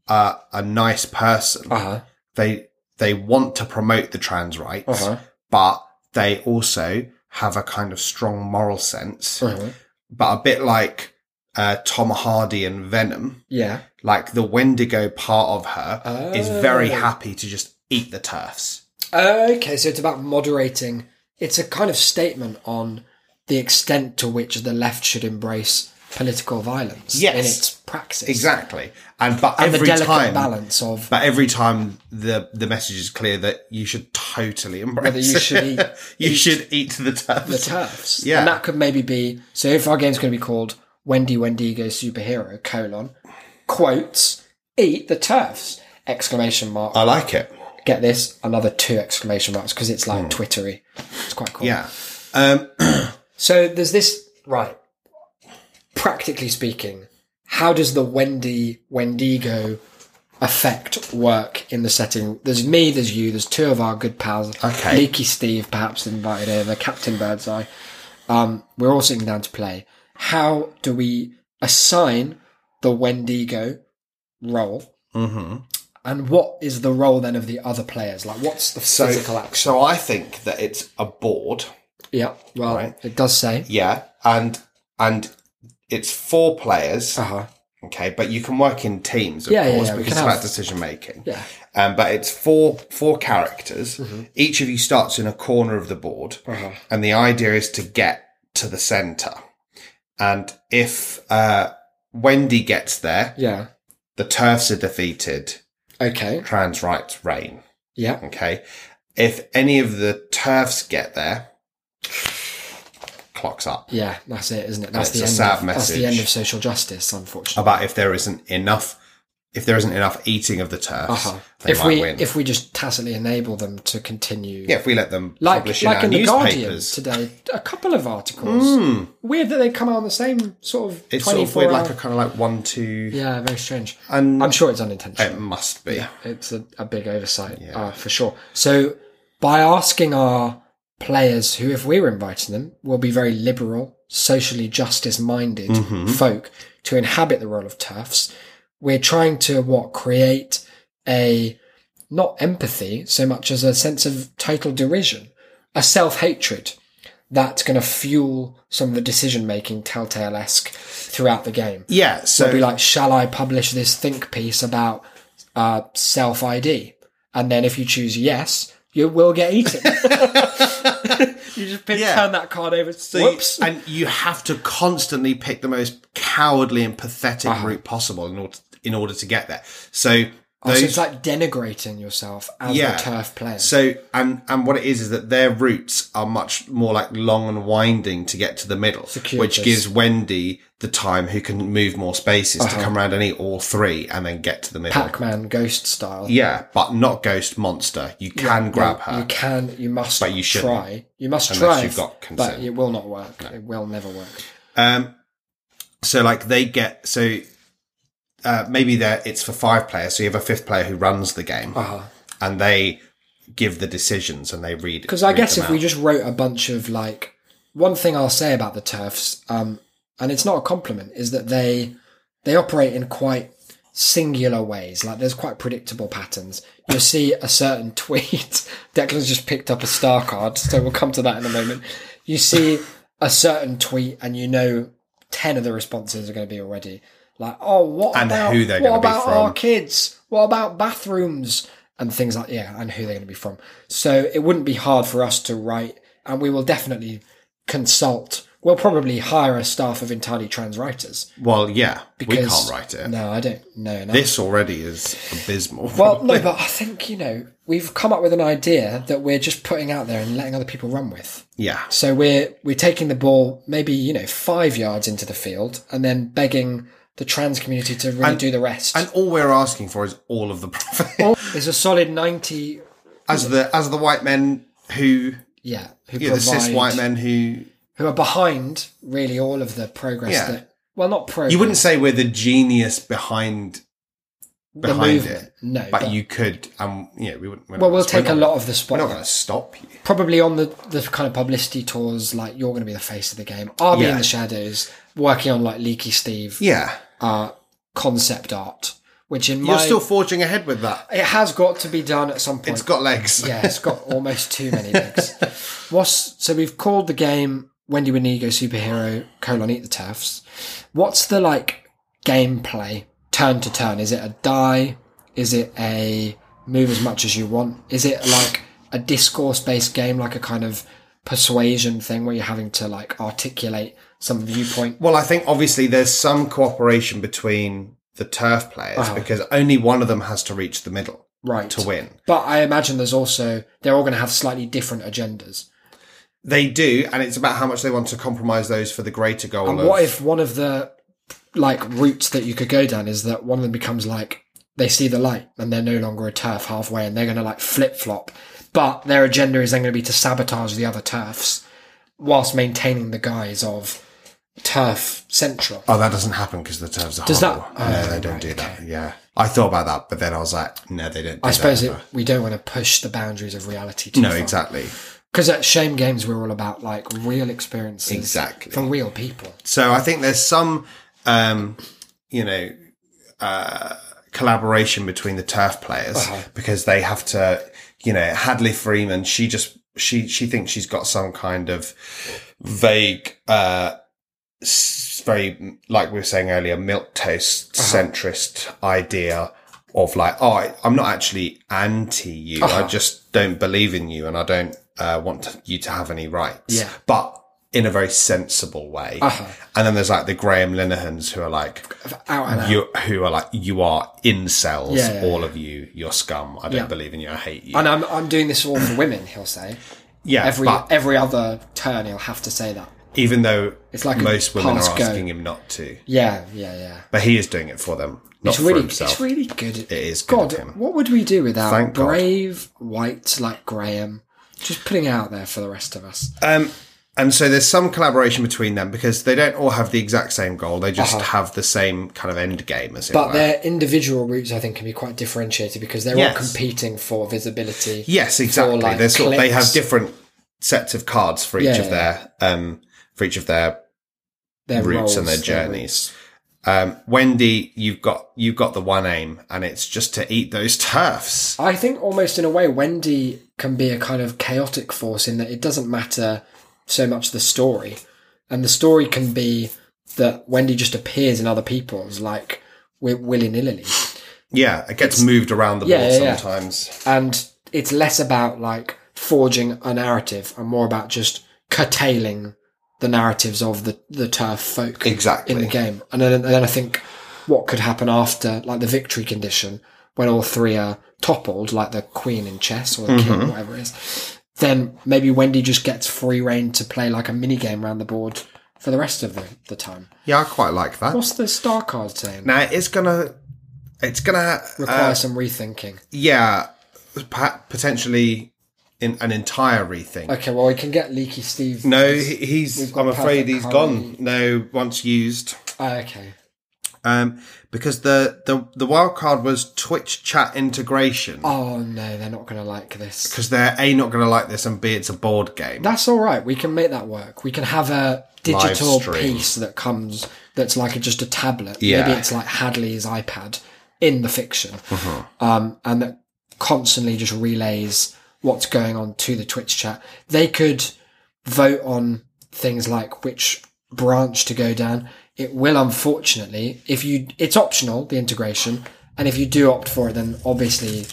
Speaker 2: uh, a nice person.
Speaker 1: Uh huh.
Speaker 2: They they want to promote the trans rights,
Speaker 1: Uh huh.
Speaker 2: but they also have a kind of strong moral sense.
Speaker 1: Uh-huh.
Speaker 2: But a bit like uh, Tom Hardy and Venom,
Speaker 1: Yeah.
Speaker 2: like the Wendigo part of her is very
Speaker 1: Oh.
Speaker 2: happy to just eat the turfs.
Speaker 1: Okay, so it's about moderating. It's a kind of statement on the extent to which the left should embrace political violence
Speaker 2: Yes.
Speaker 1: in its praxis.
Speaker 2: Exactly, and but
Speaker 1: And
Speaker 2: every
Speaker 1: the delicate
Speaker 2: time
Speaker 1: balance of
Speaker 2: But every time the the message is clear that you should totally embrace
Speaker 1: Whether you
Speaker 2: it.
Speaker 1: should eat-
Speaker 2: (laughs) you should eat the turf.
Speaker 1: the turfs.
Speaker 2: Yeah.
Speaker 1: And that could maybe be so if our game's gonna be called Wendy Wendigo Superhero colon quotes eat the turfs exclamation mark.
Speaker 2: I like it.
Speaker 1: Get this, another two exclamation marks because it's like twittery. It's quite cool.
Speaker 2: Hmm. Yeah. Um,
Speaker 1: So there's this right. Practically speaking, how does the Wendy Wendigo effect work in the setting? There's me, there's you, there's two of our good pals.
Speaker 2: Okay.
Speaker 1: Leaky Steve, perhaps invited over, Captain Birdseye. Um, we're all sitting down to play. How do we assign the Wendigo role?
Speaker 2: mhm.
Speaker 1: And what is the role then of the other players? Like, what's the
Speaker 2: So
Speaker 1: physical action?
Speaker 2: so I think that it's a board.
Speaker 1: Yeah, well,
Speaker 2: Right.
Speaker 1: it does say.
Speaker 2: Yeah, and and it's four players.
Speaker 1: Uh huh.
Speaker 2: Okay, but you can work in teams, of
Speaker 1: Yeah, yeah,
Speaker 2: course,
Speaker 1: yeah, we
Speaker 2: because it's
Speaker 1: can
Speaker 2: about
Speaker 1: have-
Speaker 2: decision making.
Speaker 1: Yeah.
Speaker 2: Um, but it's four four characters. Each of you starts in a corner of the board,
Speaker 1: uh-huh.
Speaker 2: and the idea is to get to the center. And if uh, Wendy gets there,
Speaker 1: Yeah.
Speaker 2: the turfs are defeated.
Speaker 1: Okay.
Speaker 2: Trans rights reign.
Speaker 1: Yeah.
Speaker 2: Okay. If any of the turfs get there, clocks up.
Speaker 1: Yeah, that's it, isn't it? That's
Speaker 2: It's
Speaker 1: the
Speaker 2: a
Speaker 1: end.
Speaker 2: sad
Speaker 1: of, That's the
Speaker 2: message.
Speaker 1: end of social justice, unfortunately.
Speaker 2: About if there isn't enough, if there isn't enough eating of the turfs,
Speaker 1: Uh-huh.
Speaker 2: they
Speaker 1: If
Speaker 2: might
Speaker 1: we
Speaker 2: win.
Speaker 1: if we just tacitly enable them to continue,
Speaker 2: yeah, if we let them
Speaker 1: like
Speaker 2: publish in
Speaker 1: like
Speaker 2: our
Speaker 1: in the Guardian
Speaker 2: newspapers, Hmm.
Speaker 1: today, a couple of articles. Weird that they come out on the same sort of
Speaker 2: it's sort
Speaker 1: twenty
Speaker 2: of
Speaker 1: four
Speaker 2: weird,
Speaker 1: hour.
Speaker 2: like a kind of like one two.
Speaker 1: yeah, very strange.
Speaker 2: And
Speaker 1: I'm sure it's unintentional.
Speaker 2: it must be.
Speaker 1: it's a, a big oversight uh, for sure. So by asking our players who, if we were inviting them, will be very liberal, socially justice minded folk to inhabit the role of turfs, we're trying to what create a not empathy so much as a sense of total derision, a self hatred that's going to fuel some of the decision making telltale esque throughout the game
Speaker 2: Yeah, so
Speaker 1: be like, shall I publish this think piece about uh, self ID? And then if you choose yes, you will get eaten.
Speaker 2: (laughs)
Speaker 1: (laughs) you just pick,
Speaker 2: Yeah.
Speaker 1: turn that card over.
Speaker 2: So you-
Speaker 1: Whoops.
Speaker 2: and you have to constantly
Speaker 1: Uh-huh.
Speaker 2: pick the most cowardly and pathetic route possible in order in order to get there. So
Speaker 1: Oh, so
Speaker 2: Those-
Speaker 1: it's like denigrating yourself as
Speaker 2: Yeah.
Speaker 1: a turf player.
Speaker 2: So and and what it is is that their routes are much more like long and winding to get to the middle, which
Speaker 1: Circuitous.
Speaker 2: gives Wendy the time who can move more spaces
Speaker 1: Uh-huh.
Speaker 2: to come around and eat all three and then get to the middle.
Speaker 1: Pac-Man ghost style.
Speaker 2: Yeah, but not ghost monster. You can grab her.
Speaker 1: You can. You must.
Speaker 2: But you shouldn't.
Speaker 1: try. You must
Speaker 2: Unless
Speaker 1: try.
Speaker 2: you've got consent.
Speaker 1: But it will not work. It will never work.
Speaker 2: Um, so like they get so uh, maybe there it's for five players. So you have a fifth player who runs the game,
Speaker 1: Ah.
Speaker 2: and they give the decisions and they read.
Speaker 1: Because I guess if we just wrote a bunch of like one thing I'll say about the turfs, um, and it's not a compliment, is that they they operate in quite singular ways. Like there's quite predictable patterns. You'll see a certain (laughs) tweet. Declan's just picked up a star card, so we'll come to that in a moment. You see a certain tweet, and you know ten of the responses are going to be already like, "Oh, what
Speaker 2: And
Speaker 1: about
Speaker 2: who they're
Speaker 1: what
Speaker 2: gonna be
Speaker 1: about
Speaker 2: from.
Speaker 1: our kids? What about bathrooms and things like yeah, and who they're going to be from?" So it wouldn't be hard for us to write, and we will definitely consult. We'll probably hire a staff of entirely trans writers.
Speaker 2: well, yeah, we
Speaker 1: Because-
Speaker 2: can't write it.
Speaker 1: No, I don't know. No.
Speaker 2: This already is abysmal.
Speaker 1: well, no, but I think you know we've come up with an idea that we're just putting out there and letting other people run with.
Speaker 2: (laughs) yeah,
Speaker 1: So we're we're taking the ball maybe you know five yards into the field and then begging the trans community to really do the rest.
Speaker 2: and all we're asking for is all of the (laughs) profit
Speaker 1: There's a solid ninety.
Speaker 2: as the as the white men who
Speaker 1: Yeah, who
Speaker 2: yeah, the cis
Speaker 1: provide-
Speaker 2: white men who
Speaker 1: who are behind really all of the progress
Speaker 2: Yeah.
Speaker 1: that well not progress
Speaker 2: you wouldn't say we're the genius behind
Speaker 1: the
Speaker 2: behind
Speaker 1: movement
Speaker 2: it,
Speaker 1: no
Speaker 2: but, you could. Um, yeah, we wouldn't. we're
Speaker 1: well
Speaker 2: not-
Speaker 1: we'll
Speaker 2: we're
Speaker 1: take a
Speaker 2: not-
Speaker 1: lot of the
Speaker 2: We're not going
Speaker 1: spotlight
Speaker 2: to stop you.
Speaker 1: probably on the the kind of publicity tours like you're going to be the face of the game I'll be
Speaker 2: Yeah.
Speaker 1: in the shadows working on like Leaky Steve
Speaker 2: Yeah.
Speaker 1: uh, concept art which in
Speaker 2: You're
Speaker 1: my
Speaker 2: still forging ahead with that.
Speaker 1: it has got to be done at some point
Speaker 2: It's got legs.
Speaker 1: yeah, it's got almost too many legs. What's so we've called the game Wendy with an Ego Superhero colon Eat the Turfs. What's the like gameplay turn to turn? Is it a die? Is it a move as much as you want? Is it like a discourse based game, like a kind of persuasion thing where you're having to like articulate some viewpoint?
Speaker 2: Well, I think obviously there's some cooperation between the turf players
Speaker 1: Oh.
Speaker 2: because only one of them has to reach the middle
Speaker 1: Right.
Speaker 2: to win.
Speaker 1: But I imagine there's also they're all going to have slightly different agendas.
Speaker 2: They do, and it's about how much they want to compromise those for the greater goal.
Speaker 1: And
Speaker 2: of,
Speaker 1: what if one of the like routes that you could go down is that one of them becomes like they see the light and they're no longer a turf halfway and they're going to like flip flop, but their agenda is then going to be to sabotage the other turfs whilst maintaining the guise of turf central.
Speaker 2: Oh, that doesn't happen because the turfs are
Speaker 1: Does that-
Speaker 2: horrible.
Speaker 1: Oh,
Speaker 2: no, they don't
Speaker 1: right,
Speaker 2: do that. Yeah, I thought about that, but then I was like, no, they don't. Do
Speaker 1: I suppose it,
Speaker 2: that
Speaker 1: we don't want to push the boundaries of reality too
Speaker 2: either. No, exactly,
Speaker 1: Because at Shame Games, we're all about like real experiences
Speaker 2: exactly.
Speaker 1: from real people.
Speaker 2: So I think there's some, um, you know, uh, collaboration between the turf players
Speaker 1: Uh-huh.
Speaker 2: because they have to, you know, Hadley Freeman. She just she she thinks she's got some kind of vague, uh, s- very like we were saying earlier, milk toast
Speaker 1: Uh-huh.
Speaker 2: centrist idea. Of like, oh, I, I'm not actually anti you.
Speaker 1: Uh-huh.
Speaker 2: I just don't believe in you, and I don't uh, want to, you to have any rights.
Speaker 1: Yeah.
Speaker 2: but in a very sensible way.
Speaker 1: Uh-huh.
Speaker 2: And then there's like the Graham Linehans who are like
Speaker 1: Out and out.
Speaker 2: you who are like you are incels,
Speaker 1: Yeah, yeah,
Speaker 2: all of you, you're scum. I don't believe in you. I hate you.
Speaker 1: and I'm, I'm doing this all for women, he'll say.
Speaker 2: yeah,
Speaker 1: Every,
Speaker 2: but
Speaker 1: every other turn, he'll have to say that.
Speaker 2: even though
Speaker 1: It's like a
Speaker 2: most women
Speaker 1: pass
Speaker 2: are
Speaker 1: go.
Speaker 2: asking him not to,
Speaker 1: Yeah, yeah, yeah.
Speaker 2: but he is doing it for them, not
Speaker 1: It's really,
Speaker 2: for himself.
Speaker 1: it's really good. It
Speaker 2: is good
Speaker 1: God,
Speaker 2: of him.
Speaker 1: what would we do without
Speaker 2: Thank God.
Speaker 1: brave whites like Graham? Just putting it out there for the rest of us.
Speaker 2: Uh, Um, and so there's some collaboration between them because they don't all have the exact same goal. They just have the same kind of end game, as it
Speaker 1: Uh-huh. but
Speaker 2: were.
Speaker 1: their individual routes, I think, can be quite differentiated because they're
Speaker 2: Yes.
Speaker 1: all competing for visibility.
Speaker 2: Yes, exactly.
Speaker 1: like,
Speaker 2: They're sort of- they have
Speaker 1: clicks.
Speaker 2: different sets of cards for each
Speaker 1: Yeah,
Speaker 2: of their um for each of their
Speaker 1: their
Speaker 2: routes
Speaker 1: roles,
Speaker 2: and their journeys. Um, Wendy, you've got you've got the one aim, and it's just to eat those turfs.
Speaker 1: I think almost in a way, Wendy can be a kind of chaotic force in that it doesn't matter so much the story. And the story can be that Wendy just appears in other people's, like, wi- willy nilly.
Speaker 2: Yeah, it gets moved around the
Speaker 1: Yeah,
Speaker 2: board
Speaker 1: yeah, yeah.
Speaker 2: sometimes.
Speaker 1: and it's less about like forging a narrative and more about just curtailing the narratives of the the turf folk
Speaker 2: Exactly.
Speaker 1: in the game and then, and then i think what could happen after like the victory condition when all three are toppled, like the queen in chess or the
Speaker 2: Mm-hmm.
Speaker 1: king, whatever it is, then maybe Wendy just gets free reign to play like a mini game around the board for the rest of the, the time.
Speaker 2: Yeah, I quite like that.
Speaker 1: What's the star card saying?
Speaker 2: Now it's gonna, it's gonna
Speaker 1: Require
Speaker 2: uh,
Speaker 1: some rethinking.
Speaker 2: yeah, pa- potentially in an entire rethink.
Speaker 1: Okay, well, we can get Leaky Steve.
Speaker 2: No, he- he's.
Speaker 1: got
Speaker 2: I'm afraid
Speaker 1: perfect
Speaker 2: he's
Speaker 1: harmony.
Speaker 2: gone. No, once used.
Speaker 1: Ah, okay.
Speaker 2: Um, because the the the wild card was Twitch chat integration.
Speaker 1: Oh, no, they're not going to like this.
Speaker 2: Because they're a not going to like this, and b it's a board game.
Speaker 1: That's all right. We can make that work. We can have a digital
Speaker 2: Live stream.
Speaker 1: piece that comes that's like a, just a tablet.
Speaker 2: Yeah.
Speaker 1: Maybe it's like Hadley's iPad in the fiction,
Speaker 2: Mm-hmm.
Speaker 1: um, and that constantly just relays what's going on to the Twitch chat. They could vote on things like which branch to go down. It will, unfortunately, if you, it's optional, the integration. And if you do opt for it, then obviously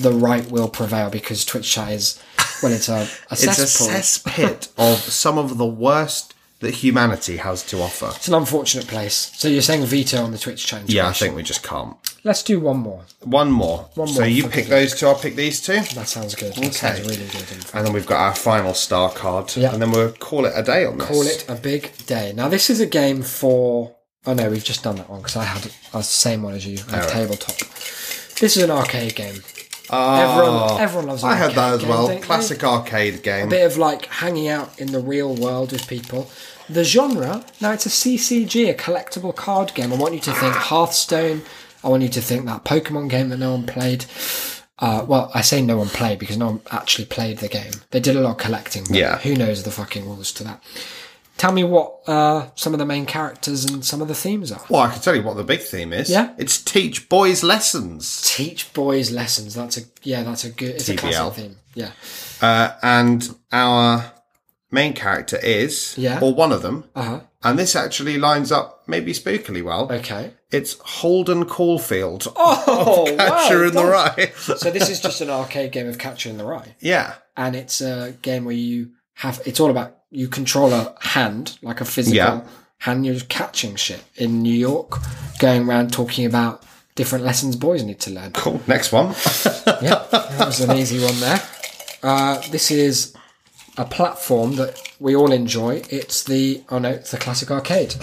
Speaker 1: the right will prevail because Twitch chat is, well, it's a, a
Speaker 2: it's a
Speaker 1: cesspool.
Speaker 2: cesspit of some of the worst that humanity has to offer.
Speaker 1: It's an unfortunate place. So you're saying veto on the Twitch change?
Speaker 2: Yeah, I think we just can't.
Speaker 1: Let's do one more.
Speaker 2: One more. so
Speaker 1: more
Speaker 2: you
Speaker 1: for
Speaker 2: pick
Speaker 1: today.
Speaker 2: those two. I'll pick these two.
Speaker 1: That sounds good. That sounds really good.
Speaker 2: And then we've got our final star card.
Speaker 1: Yeah.
Speaker 2: And then we'll call it a day on this.
Speaker 1: Call it a big day. Now this is a game for. Oh no, we've just done that one because I had I was the same one as you. I had tabletop. This is an arcade game. everyone, everyone loves. An
Speaker 2: Ah. I had
Speaker 1: arcade
Speaker 2: that as
Speaker 1: game,
Speaker 2: well.
Speaker 1: don't they?
Speaker 2: Classic arcade game.
Speaker 1: bit of like hanging out in the real world with people. The genre, now it's a CCG, a collectible card game. I want you to think Hearthstone. I want you to think that Pokemon game that no one played. Uh, well, I say no one played because no one actually played the game. They did a lot of collecting, but
Speaker 2: Yeah.
Speaker 1: who knows the fucking rules to that. Tell me what uh, some of the main characters and some of the themes are.
Speaker 2: Well, I can tell you what the big theme is.
Speaker 1: Yeah.
Speaker 2: It's teach boys lessons.
Speaker 1: Teach boys lessons. That's a yeah. That's a good. It's a
Speaker 2: TBL.
Speaker 1: classic theme. Yeah.
Speaker 2: Uh, and our main character is,
Speaker 1: Yeah.
Speaker 2: or one of them,
Speaker 1: Uh huh.
Speaker 2: and this actually lines up maybe spookily well.
Speaker 1: Okay.
Speaker 2: It's Holden Caulfield.
Speaker 1: Oh,
Speaker 2: (laughs) Catcher in the Rye.
Speaker 1: So this is just an arcade game of Catcher in the Rye.
Speaker 2: yeah.
Speaker 1: and it's a game where you have it's all about you control a hand like a physical
Speaker 2: Yeah.
Speaker 1: hand you're just catching shit in new york going around talking about different lessons boys need to learn
Speaker 2: Cool. Next one.
Speaker 1: yeah that was an easy one there uh, this is a platform that we all enjoy it's the oh no it's the classic
Speaker 2: (laughs)
Speaker 1: arcade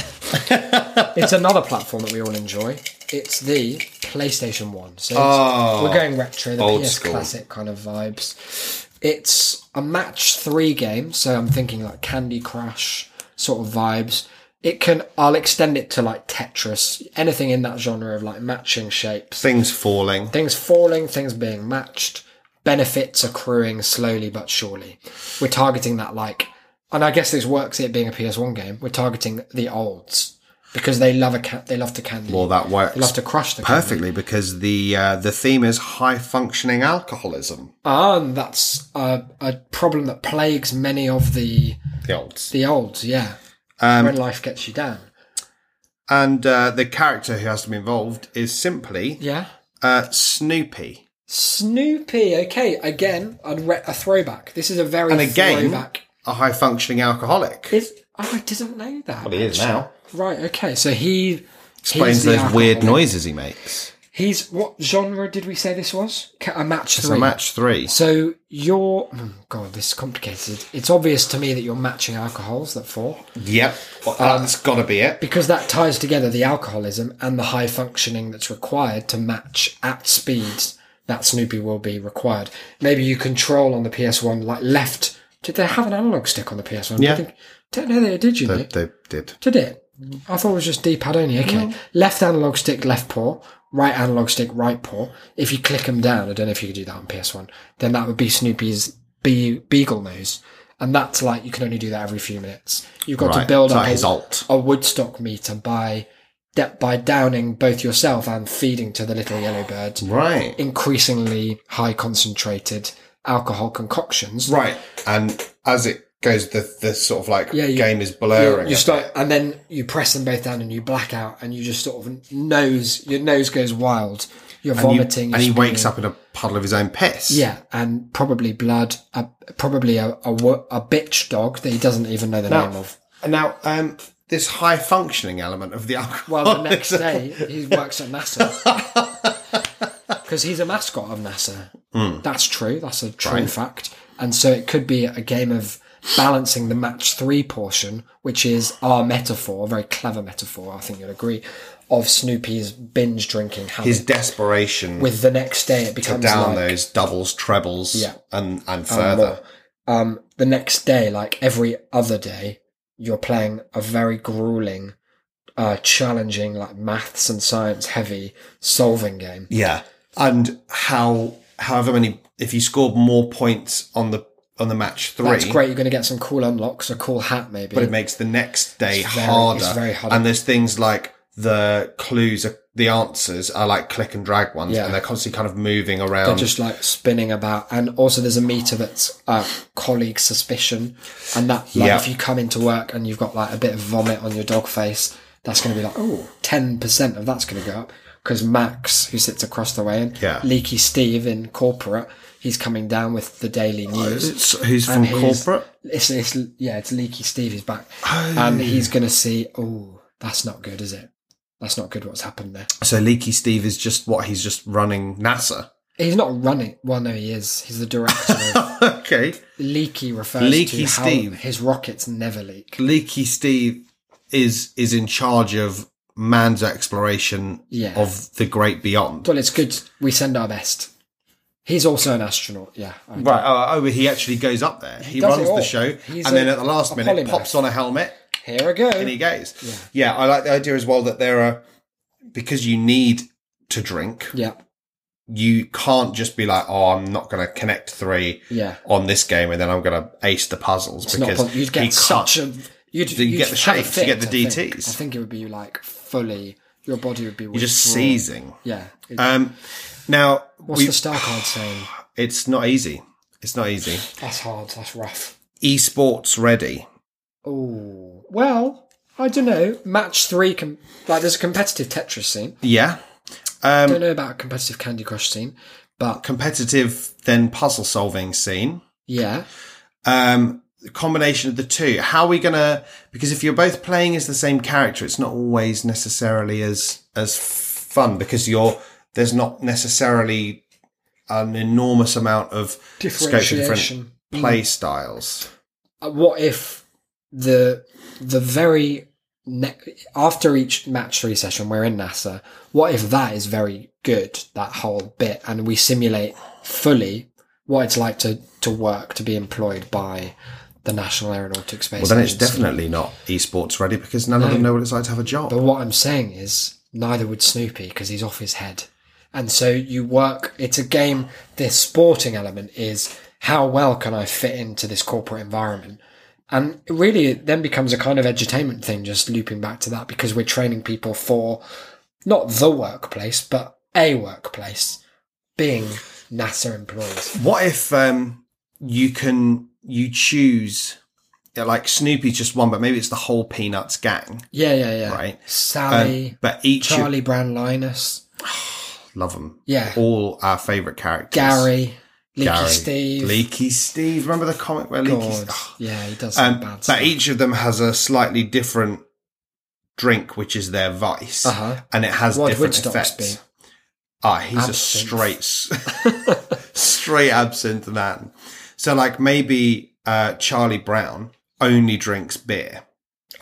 Speaker 1: it's another platform that we all enjoy it's the playstation 1 so it's-
Speaker 2: Oh.
Speaker 1: we're going retro the
Speaker 2: Old
Speaker 1: ps
Speaker 2: school.
Speaker 1: classic kind of vibes it's a match three game, so I'm thinking like Candy Crush sort of vibes. It can I'll extend it to like Tetris, anything in that genre of like matching shapes,
Speaker 2: Things falling.
Speaker 1: things falling, things being matched, benefits accruing slowly but surely. We're targeting that like, and I guess this works. It being a PS1 game, we're targeting the olds because they love a cat, they love to candy,
Speaker 2: Well, that works.
Speaker 1: they love to crush the candy.
Speaker 2: perfectly because the uh, the theme is high functioning alcoholism.
Speaker 1: and that's a, a problem that plagues many of the
Speaker 2: The olds.
Speaker 1: The old, yeah.
Speaker 2: Um,
Speaker 1: when life gets you down.
Speaker 2: And uh, the character who has to be involved is simply
Speaker 1: Yeah.
Speaker 2: uh, Snoopy.
Speaker 1: Snoopy. Okay, again, a, re- a throwback. This is a very
Speaker 2: And again,
Speaker 1: throwback.
Speaker 2: a high functioning alcoholic.
Speaker 1: Is oh, I didn't know that.
Speaker 2: Well, he is
Speaker 1: actually.
Speaker 2: now.
Speaker 1: Right. Okay. So he
Speaker 2: Explains
Speaker 1: he's the
Speaker 2: those weird
Speaker 1: alcoholic.
Speaker 2: noises he makes.
Speaker 1: He's what genre did we say this was? Ca- A match
Speaker 2: It's
Speaker 1: three.
Speaker 2: a match three.
Speaker 1: So you're oh, God, this is complicated. It's obvious to me that you're matching alcohols that fall
Speaker 2: Yep, well, that's got to be it.
Speaker 1: because that ties together the alcoholism and the high functioning that's required to match at speeds that Snoopy will be required. Maybe you control on the PS1 like left. Did they have an analog stick on the PS1?
Speaker 2: Yeah.
Speaker 1: I think, don't know they did. You
Speaker 2: They,
Speaker 1: mate?
Speaker 2: they did.
Speaker 1: Did it? I thought it was just D pad only. Okay. Left analog stick, left paw. Right analog stick, right paw. If you click them down, I don't know if you could do that on PS1, then that would be Snoopy's be- beagle nose. And that's like, you can only do that every few minutes. You've got
Speaker 2: Right,
Speaker 1: to build
Speaker 2: so
Speaker 1: up
Speaker 2: his
Speaker 1: a,
Speaker 2: alt.
Speaker 1: a Woodstock meter by, de- by downing both yourself and feeding to the little yellow bird
Speaker 2: Right.
Speaker 1: increasingly high concentrated alcohol concoctions.
Speaker 2: Right. And as it goes, the, the sort of like
Speaker 1: Yeah, you-
Speaker 2: game is
Speaker 1: you,
Speaker 2: blurring.
Speaker 1: you
Speaker 2: a
Speaker 1: start
Speaker 2: bit.
Speaker 1: and then you press them both down and you black out and you just sort of nose your nose goes wild you're
Speaker 2: And you-
Speaker 1: vomiting
Speaker 2: and he
Speaker 1: you're
Speaker 2: wakes
Speaker 1: spewing.
Speaker 2: up in a puddle of his own piss.
Speaker 1: yeah and probably blood uh, probably a, a wo- a bitch dog that he doesn't even know the name of
Speaker 2: And now, um, this high (laughs) functioning element of the alcohol. (laughs)
Speaker 1: well the next day he works at nasa because he's a mascot of NASA.
Speaker 2: Hmm.
Speaker 1: That's true. That's a true fact. And so it could be a game of balancing the match three portion, which is our metaphor, a very clever metaphor, I think you'll agree, of Snoopy's binge drinking habit.
Speaker 2: His desperation with
Speaker 1: With the next day, it becomes
Speaker 2: down
Speaker 1: like,
Speaker 2: those doubles, trebles,
Speaker 1: Yeah.
Speaker 2: and and
Speaker 1: and
Speaker 2: further.
Speaker 1: more. Um, the next day, like every other day, you're playing a very grueling, uh, challenging, like maths and science heavy solving game.
Speaker 2: Yeah, and how however many if you scored more points on the on the match three,
Speaker 1: That's great. You're going to get some cool unlocks, a cool hat, maybe.
Speaker 2: but it makes the next day
Speaker 1: It's very-
Speaker 2: harder.
Speaker 1: it's very hard.
Speaker 2: And there's things like the clues, are, the answers are like click and drag ones,
Speaker 1: Yeah.
Speaker 2: and they're constantly kind of moving
Speaker 1: They're
Speaker 2: around.
Speaker 1: just like spinning about, and also there's a meter that's uh, colleague suspicion, and that like
Speaker 2: Yeah.
Speaker 1: if you come into work and you've got like a bit of vomit on your dog face, that's going to be like oh 10 percent of that's going to go up because Max, who sits across the way, and
Speaker 2: Yeah.
Speaker 1: Leaky Steve in corporate, he's coming down with the Daily News.
Speaker 2: It's- who's from
Speaker 1: and he's-
Speaker 2: corporate? Oh.
Speaker 1: It's, it's yeah, it's Leaky Steve. He's back, and he's going to see oh that's not good, is it? That's not good. What's happened there?
Speaker 2: So Leaky Steve is just what he's just running NASA. (laughs)
Speaker 1: He's not running. Well, no, he is. He's the director of
Speaker 2: okay,
Speaker 1: Leaky refers
Speaker 2: Leaky
Speaker 1: to how
Speaker 2: Steve.
Speaker 1: his rockets never leak.
Speaker 2: Leaky Steve is is in charge of man's exploration
Speaker 1: Yeah.
Speaker 2: of the great beyond.
Speaker 1: Well, it's good. We send our best. He's also an astronaut. Yeah. I-
Speaker 2: Right. Oh, oh, he actually goes up there. He,
Speaker 1: does
Speaker 2: runs
Speaker 1: it all.
Speaker 2: the show,
Speaker 1: He's
Speaker 2: and then
Speaker 1: a-
Speaker 2: at the last
Speaker 1: a
Speaker 2: minute,
Speaker 1: polymath.
Speaker 2: pops on a helmet
Speaker 1: Here I go.
Speaker 2: and he goes. Yeah. I like the idea as well that there are because you need to drink.
Speaker 1: yeah.
Speaker 2: You can't just be like, "Oh, I'm not going to connect three
Speaker 1: Yeah.
Speaker 2: on this game, and then I'm going to ace the puzzles."
Speaker 1: It's not. pos-
Speaker 2: you
Speaker 1: You'd get such a. You'd,
Speaker 2: you get
Speaker 1: you'd
Speaker 2: the
Speaker 1: have a
Speaker 2: shakes, you
Speaker 1: fit,
Speaker 2: get the
Speaker 1: I think.
Speaker 2: DTs.
Speaker 1: I think it would be like fully. Your body would be.
Speaker 2: You're just
Speaker 1: withdrawn.
Speaker 2: seizing.
Speaker 1: Yeah. It-
Speaker 2: Um, now
Speaker 1: What's
Speaker 2: we-
Speaker 1: the star card saying?
Speaker 2: it's not easy. It's not easy.
Speaker 1: That's hard. That's rough.
Speaker 2: Esports ready.
Speaker 1: Oh well, I don't know. Match three. Com- like there's a competitive Tetris scene.
Speaker 2: Yeah. Um,
Speaker 1: don't know about a competitive Candy Crush scene, but
Speaker 2: Competitive then puzzle solving scene.
Speaker 1: yeah.
Speaker 2: um the combination of the two how are we gonna because if you're both playing as the same character it's not always necessarily as as fun because you're there's not necessarily an enormous amount of scope for different
Speaker 1: Differentiation.
Speaker 2: play styles
Speaker 1: Uh, what if the the very ne- after each match three session we're in NASA? What if that is very good that whole bit, and we simulate fully what it's like to to work to be employed by the National Aeronautics Space.
Speaker 2: well then it's
Speaker 1: Agency?
Speaker 2: definitely not esports ready because none of them know what it's like to have a job
Speaker 1: But what I'm saying is, neither would Snoopy because he's off his head. And so you work, it's a game, this sporting element is how well can I fit into this corporate environment? And really, it then becomes a kind of edutainment thing, just looping back to that because we're training people for not the workplace, but a workplace, being NASA employees.
Speaker 2: what if um you can you choose yeah, like snoopy's just one but maybe it's the whole peanuts gang
Speaker 1: Yeah, yeah, yeah.
Speaker 2: Right. Um,
Speaker 1: Sally,
Speaker 2: but each
Speaker 1: Charlie Brown Linus,
Speaker 2: love them
Speaker 1: Yeah.
Speaker 2: all our favorite characters
Speaker 1: Gary, Leaky
Speaker 2: Gary.
Speaker 1: Steve.
Speaker 2: Leaky Steve. Remember the comic where Leaky
Speaker 1: God.
Speaker 2: Steve.
Speaker 1: Yeah, he does some
Speaker 2: Um,
Speaker 1: bad stuff.
Speaker 2: but each of them has a slightly different drink, which is their vice,
Speaker 1: Uh-huh.
Speaker 2: and it has
Speaker 1: What would
Speaker 2: different
Speaker 1: Stops
Speaker 2: effects.
Speaker 1: be?
Speaker 2: Ah, he's a
Speaker 1: Absinthe.
Speaker 2: straight,
Speaker 1: (laughs)
Speaker 2: s- straight absinthe man. So, like maybe uh, Charlie Brown only drinks beer,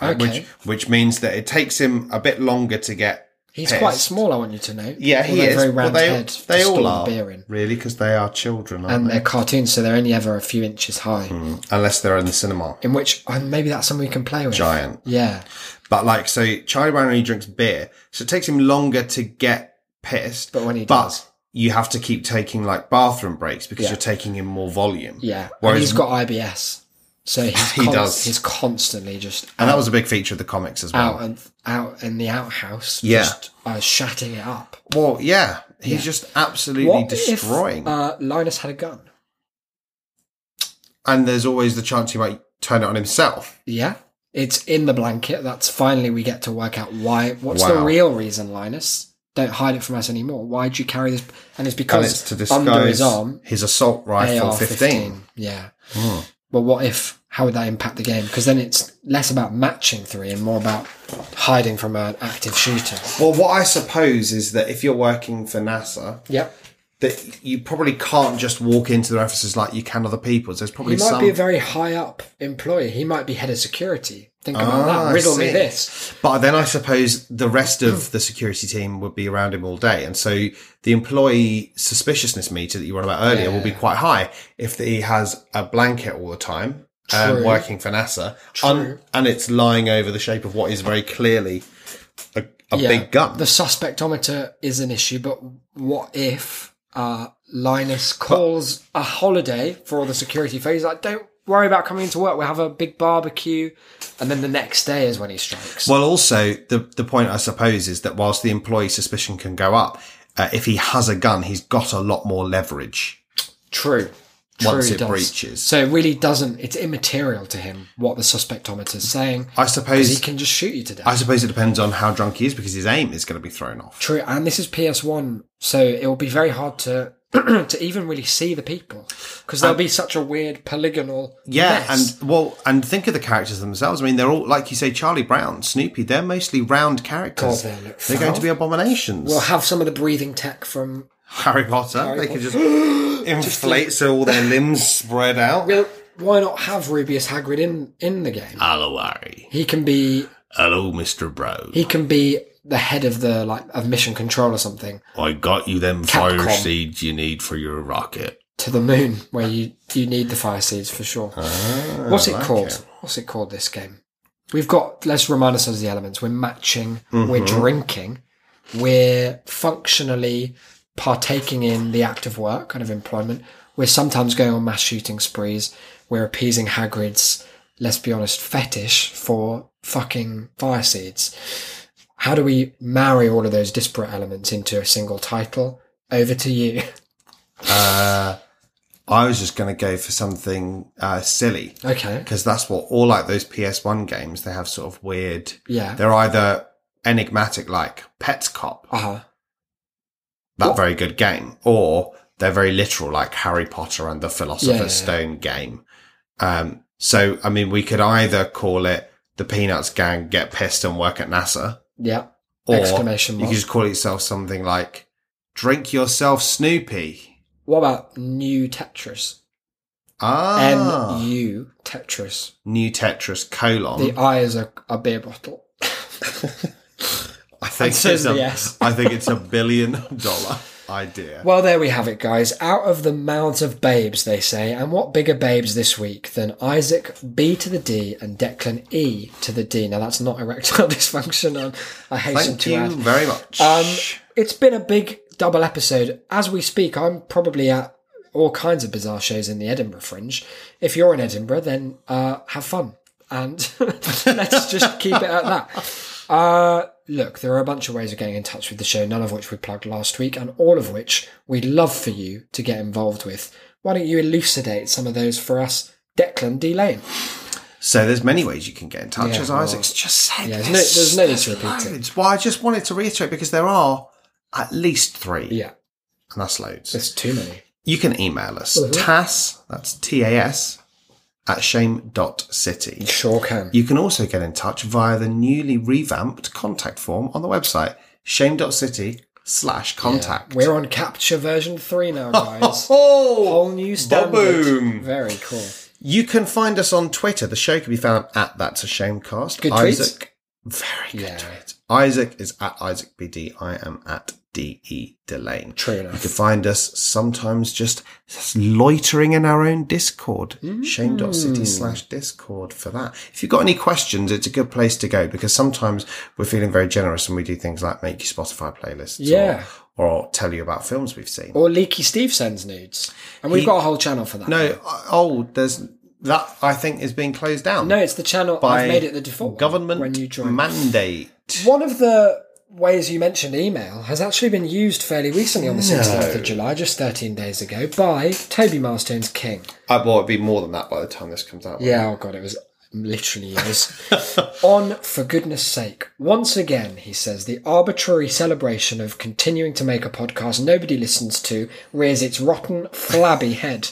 Speaker 2: right?
Speaker 1: Okay.
Speaker 2: which which means that it takes him a bit longer to get.
Speaker 1: He's
Speaker 2: pissed.
Speaker 1: quite small, I want you to know.
Speaker 2: Yeah, he
Speaker 1: Although
Speaker 2: is.
Speaker 1: Very
Speaker 2: Well,
Speaker 1: round
Speaker 2: they
Speaker 1: head. to
Speaker 2: they
Speaker 1: store
Speaker 2: all
Speaker 1: the
Speaker 2: are
Speaker 1: beer in.
Speaker 2: really because they are children, aren't
Speaker 1: And
Speaker 2: they?
Speaker 1: they're cartoons, so they're only ever a few inches high.
Speaker 2: Hmm. Unless they're in the cinema.
Speaker 1: In which oh, maybe that's something we can play with.
Speaker 2: Giant.
Speaker 1: Yeah.
Speaker 2: But like, so Charlie Brown only drinks beer, so it takes him longer to get pissed.
Speaker 1: But when he does.
Speaker 2: you have to keep taking like bathroom breaks because
Speaker 1: Yeah.
Speaker 2: you're taking in more volume.
Speaker 1: Yeah.
Speaker 2: Whereas,
Speaker 1: and he's got IBS.
Speaker 2: (laughs)
Speaker 1: So he's
Speaker 2: He does.
Speaker 1: He's constantly just
Speaker 2: and that was a big feature of the comics as well.
Speaker 1: out and out in the outhouse.
Speaker 2: Yeah.
Speaker 1: Just uh, shatting it up.
Speaker 2: well, yeah, he's just absolutely
Speaker 1: What
Speaker 2: destroying.
Speaker 1: if uh, Linus had a gun?
Speaker 2: and there's always the chance he might turn it on himself.
Speaker 1: Yeah. It's in the blanket. That's finally we get to work out why. What's the
Speaker 2: Wow.
Speaker 1: real reason, Linus? Don't hide it from us anymore. Why'd you carry this? And it's
Speaker 2: And
Speaker 1: because
Speaker 2: it's to
Speaker 1: under
Speaker 2: disguise
Speaker 1: his arm,
Speaker 2: his assault rifle
Speaker 1: AR
Speaker 2: 15.
Speaker 1: 15. Yeah.
Speaker 2: Hmm.
Speaker 1: Well, what if? How would that impact the game? Because then it's less about matching three and more about hiding from an active shooter.
Speaker 2: Well, what I suppose is that if you're working for NASA,
Speaker 1: Yep.
Speaker 2: that you probably can't just walk into their offices like you can other people's. There's
Speaker 1: He
Speaker 2: probably
Speaker 1: might
Speaker 2: some.
Speaker 1: be a very high up employee. He might be head of security. Think about
Speaker 2: Ah, I
Speaker 1: that. Riddle me
Speaker 2: see.
Speaker 1: this.
Speaker 2: But then I suppose the rest of the security team would be around him all day. And so the employee suspiciousness meter that you were on about earlier will be quite high if he has a blanket all the time um,
Speaker 1: True.
Speaker 2: working for NASA un- and it's lying over the shape of what is very clearly a, a big gun.
Speaker 1: The suspectometer is an issue, but what if uh, Linus calls a holiday for all the security folk? He's like, don't worry about coming into work. We'll have a big barbecue. And then the next day is when he strikes.
Speaker 2: Well, also the the point I suppose is that whilst the employee suspicion can go up, uh, if he has a gun, he's got a lot more leverage.
Speaker 1: True.
Speaker 2: Once
Speaker 1: True,
Speaker 2: it
Speaker 1: does.
Speaker 2: breaches.
Speaker 1: So it really doesn't, it's immaterial to him what the suspectometer is saying.
Speaker 2: I
Speaker 1: 'cause he
Speaker 2: suppose.
Speaker 1: can just shoot you to death.
Speaker 2: I suppose it depends on how drunk he is because his aim is going to be thrown off.
Speaker 1: True, and this is PS1, so it will be very hard to (clears throat) to even really see the people because there'll be such a weird polygonal.
Speaker 2: Yeah,
Speaker 1: mess.
Speaker 2: and well, and think of the characters themselves. I mean, they're all like you say, Charlie Brown, Snoopy. They're mostly round characters.
Speaker 1: God, they look
Speaker 2: are going to
Speaker 1: foul.
Speaker 2: be abominations.
Speaker 1: we'll have some of the breathing tech from.
Speaker 2: (laughs) Harry Potter. they could
Speaker 1: (gasps)
Speaker 2: just (gasps) inflate so all their limbs spread out.
Speaker 1: Well, why not have Rubius Hagrid in in the game?
Speaker 2: Hello, Harry.
Speaker 1: He can be
Speaker 2: Hello, Mister Bro.
Speaker 1: he can be the head of the like of mission control or something
Speaker 2: I got you them
Speaker 1: Capcom.
Speaker 2: fire seeds you need for your rocket.
Speaker 1: to the moon where you you need the fire seeds for sure. What's it
Speaker 2: Ah, like
Speaker 1: called?
Speaker 2: it.
Speaker 1: What's it called? This game. We've got. Let's remind ourselves of the elements. We're matching.
Speaker 2: Mm-hmm.
Speaker 1: We're drinking. We're functionally partaking in the act of work, kind of employment. We're sometimes going on mass shooting sprees. We're appeasing Hagrid's. Let's be honest, fetish for fucking fire seeds. How do we marry all of those disparate elements into a single title? Over to you.
Speaker 2: I was just going to go for something uh, silly
Speaker 1: Okay.
Speaker 2: because that's what all like those PS1 games. They have sort of weird.
Speaker 1: (laughs) Yeah.
Speaker 2: They're either enigmatic, like Pets Cop,
Speaker 1: Uh huh.
Speaker 2: that very good game, or they're very literal, like Harry Potter and the Philosopher's
Speaker 1: Yeah, yeah, yeah.
Speaker 2: Stone game. Um, so, I mean, we could either call it the Peanuts Gang Get Pissed and Work at NASA,
Speaker 1: Yeah.
Speaker 2: or
Speaker 1: Exclamation
Speaker 2: you
Speaker 1: mark.
Speaker 2: could just call it yourself something like Drink Yourself Snoopy.
Speaker 1: What about new Tetris?
Speaker 2: Ah,
Speaker 1: N U Tetris.
Speaker 2: new Tetris colon.
Speaker 1: The I is a, a beer bottle. (laughs)
Speaker 2: I think
Speaker 1: says
Speaker 2: it's a,
Speaker 1: yes.
Speaker 2: I think it's a billion dollar
Speaker 1: (laughs)
Speaker 2: idea.
Speaker 1: Well, there we have it, guys. Out of the mouths of babes, they say. And what bigger babes this week than Isaac B to the D and Declan E to the D? Now, that's not erectile (laughs) dysfunction. um, I hasten
Speaker 2: Thank
Speaker 1: to
Speaker 2: you
Speaker 1: add.
Speaker 2: very much.
Speaker 1: Um, it's been a big double episode. As we speak, I'm probably at all kinds of bizarre shows in the Edinburgh Fringe. If you're in Edinburgh, then uh, have fun. And (laughs) let's just keep it at that. Uh, look, there are a bunch of ways of getting in touch with the show, none of which we plugged last week, and all of which we'd love for you to get involved with. Why don't you elucidate some of those for us, Declan D. Lane?
Speaker 2: so there's many ways you can get in touch,
Speaker 1: Yeah,
Speaker 2: as
Speaker 1: well,
Speaker 2: Isaac's just said.
Speaker 1: yeah, there's no- there's no need to repeat it.
Speaker 2: loads. Well, I just wanted to reiterate because there are at least three,
Speaker 1: Yeah,
Speaker 2: and that's loads.
Speaker 1: there's too many.
Speaker 2: You can email us, TAS, that's T-A-S, at shame.city.
Speaker 1: Sure can.
Speaker 2: You can also get in touch via the newly revamped contact form on the website, shame.city slash contact. Oh!
Speaker 1: We're on capture version three (laughs) now, guys. whole new standard.
Speaker 2: Ba-boom.
Speaker 1: Very cool.
Speaker 2: You can find us on Twitter. The show can be found at That's a Shamecast.
Speaker 1: Good tweets.
Speaker 2: Isaac, Very good
Speaker 1: Yeah.
Speaker 2: tweet. Isaac is at IsaacBD. I am at DE Delane.
Speaker 1: True
Speaker 2: You
Speaker 1: enough.
Speaker 2: can find us sometimes just loitering in our own Discord.
Speaker 1: Mm.
Speaker 2: Shame.city slash Discord for that. If you've got any questions, it's a good place to go because sometimes we're feeling very generous and we do things like make your Spotify playlists or-
Speaker 1: Yeah.
Speaker 2: or, tell you about films we've seen.
Speaker 1: Or Leaky Steve sends nudes, and we've
Speaker 2: He-
Speaker 1: got a whole channel for that.
Speaker 2: No, oh, there's that I think is being closed down.
Speaker 1: no, it's the channel.
Speaker 2: by
Speaker 1: I've made it the default one
Speaker 2: government
Speaker 1: when you join.
Speaker 2: mandate.
Speaker 1: one of the ways you mentioned email has actually been used fairly recently on the 16th of July, just 13 days ago, by Toby Milestones King.
Speaker 2: I, well, it'd be more than that by the time this comes out.
Speaker 1: Yeah, oh god, it was literally years. On for goodness sake. Once again, he says, the arbitrary celebration of continuing to make a podcast nobody listens to rears its rotten, flabby head.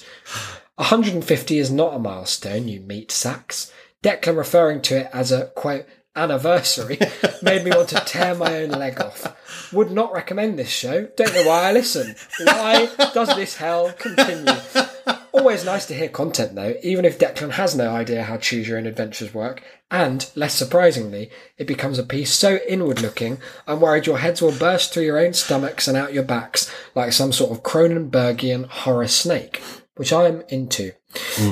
Speaker 1: 150 is not a milestone, you meat sacks. Declan referring to it as a quote anniversary made me want to tear my own leg off. Would not recommend this show. Don't know why I listen. Why does this hell continue? Always nice to hear content though, even if Declan has no idea how choose your own adventures work. And less surprisingly, it becomes a piece so inward looking, I'm worried your heads will burst through your own stomachs and out your backs like some sort of Cronenbergian horror snake, which I am into.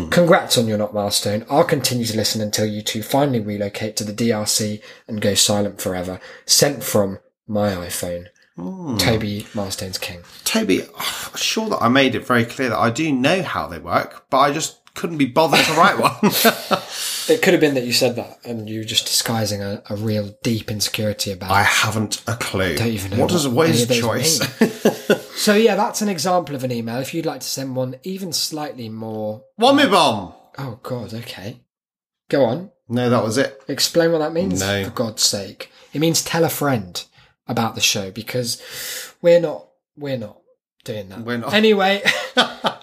Speaker 1: Congrats on your not milestone. I'll continue to listen until you two finally relocate to the DRC and go silent forever. Sent from my iPhone. Toby Milestones King.
Speaker 2: Toby, I'm sure that I made it very clear that I do know how they work, but I just couldn't be bothered to
Speaker 1: (laughs)
Speaker 2: write one. (laughs)
Speaker 1: It could have been that you said that and you were just disguising a, a real deep insecurity about
Speaker 2: I haven't a clue.
Speaker 1: don't even know
Speaker 2: what does what
Speaker 1: any
Speaker 2: is
Speaker 1: of those
Speaker 2: choice? (laughs)
Speaker 1: mean. so yeah, that's an example of an email. If you'd like to send one even slightly more,
Speaker 2: Wommy bomb.
Speaker 1: oh god, okay, go on,
Speaker 2: No, that was it.
Speaker 1: explain what that means.
Speaker 2: No.
Speaker 1: For God's sake, it means tell a friend about the show because we're not we're not doing that.
Speaker 2: We're not. (laughs)
Speaker 1: Anyway,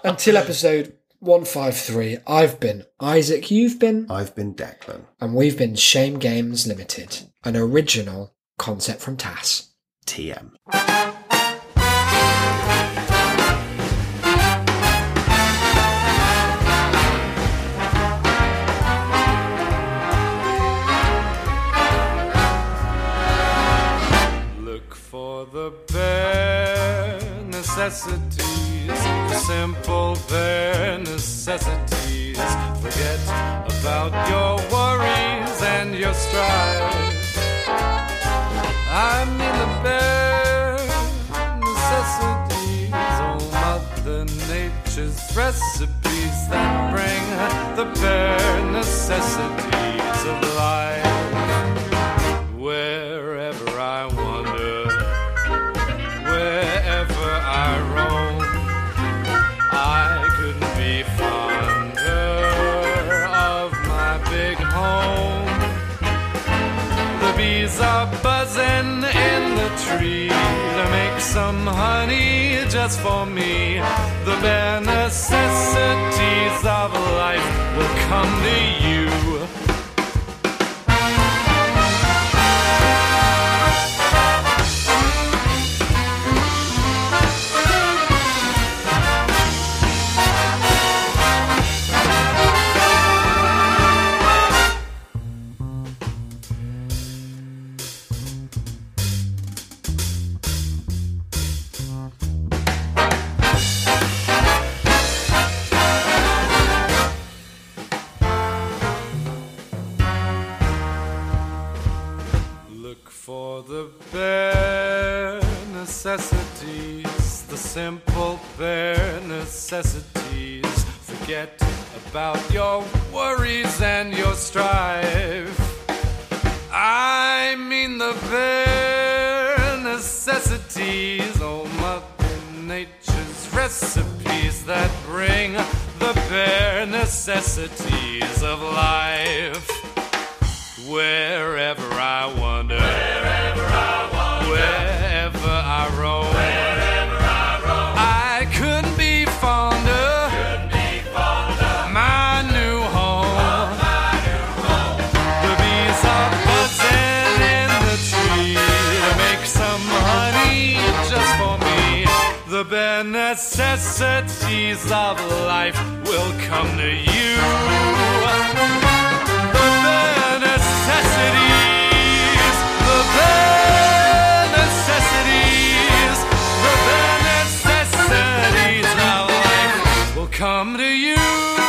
Speaker 1: until episode one five three, I've been Isaac. You've been
Speaker 2: I've been Declan.
Speaker 1: and we've been Shame Games Limited, an original concept from TAS.
Speaker 2: TM.
Speaker 3: Look for the bare necessities, the simple bare necessities. Forget about your worries and your strife. I mean the bare necessities, oh Mother Nature's recipes that bring the bare necessities of life. Wherever I wander, wherever I roam, I couldn't be fonder of my big home. The bees are buzzing in the tree to make some honey just for me. The bare necessities of life will come to you. Look for the bare necessities, the simple bare necessities. Forget about your worries and your strife. I mean the bare necessities, oh Mother Nature's recipes that bring the bare necessities of life. Wherever I wander, wherever I wander, wherever I roam, wherever I roam, I couldn't be fonder, couldn't be fonder, my new home. The bees are buzzing in the tree to make some honey just for me. The bare necessities of life will come to you. The bare necessities, the bare necessities, the bare necessities of life will come to you.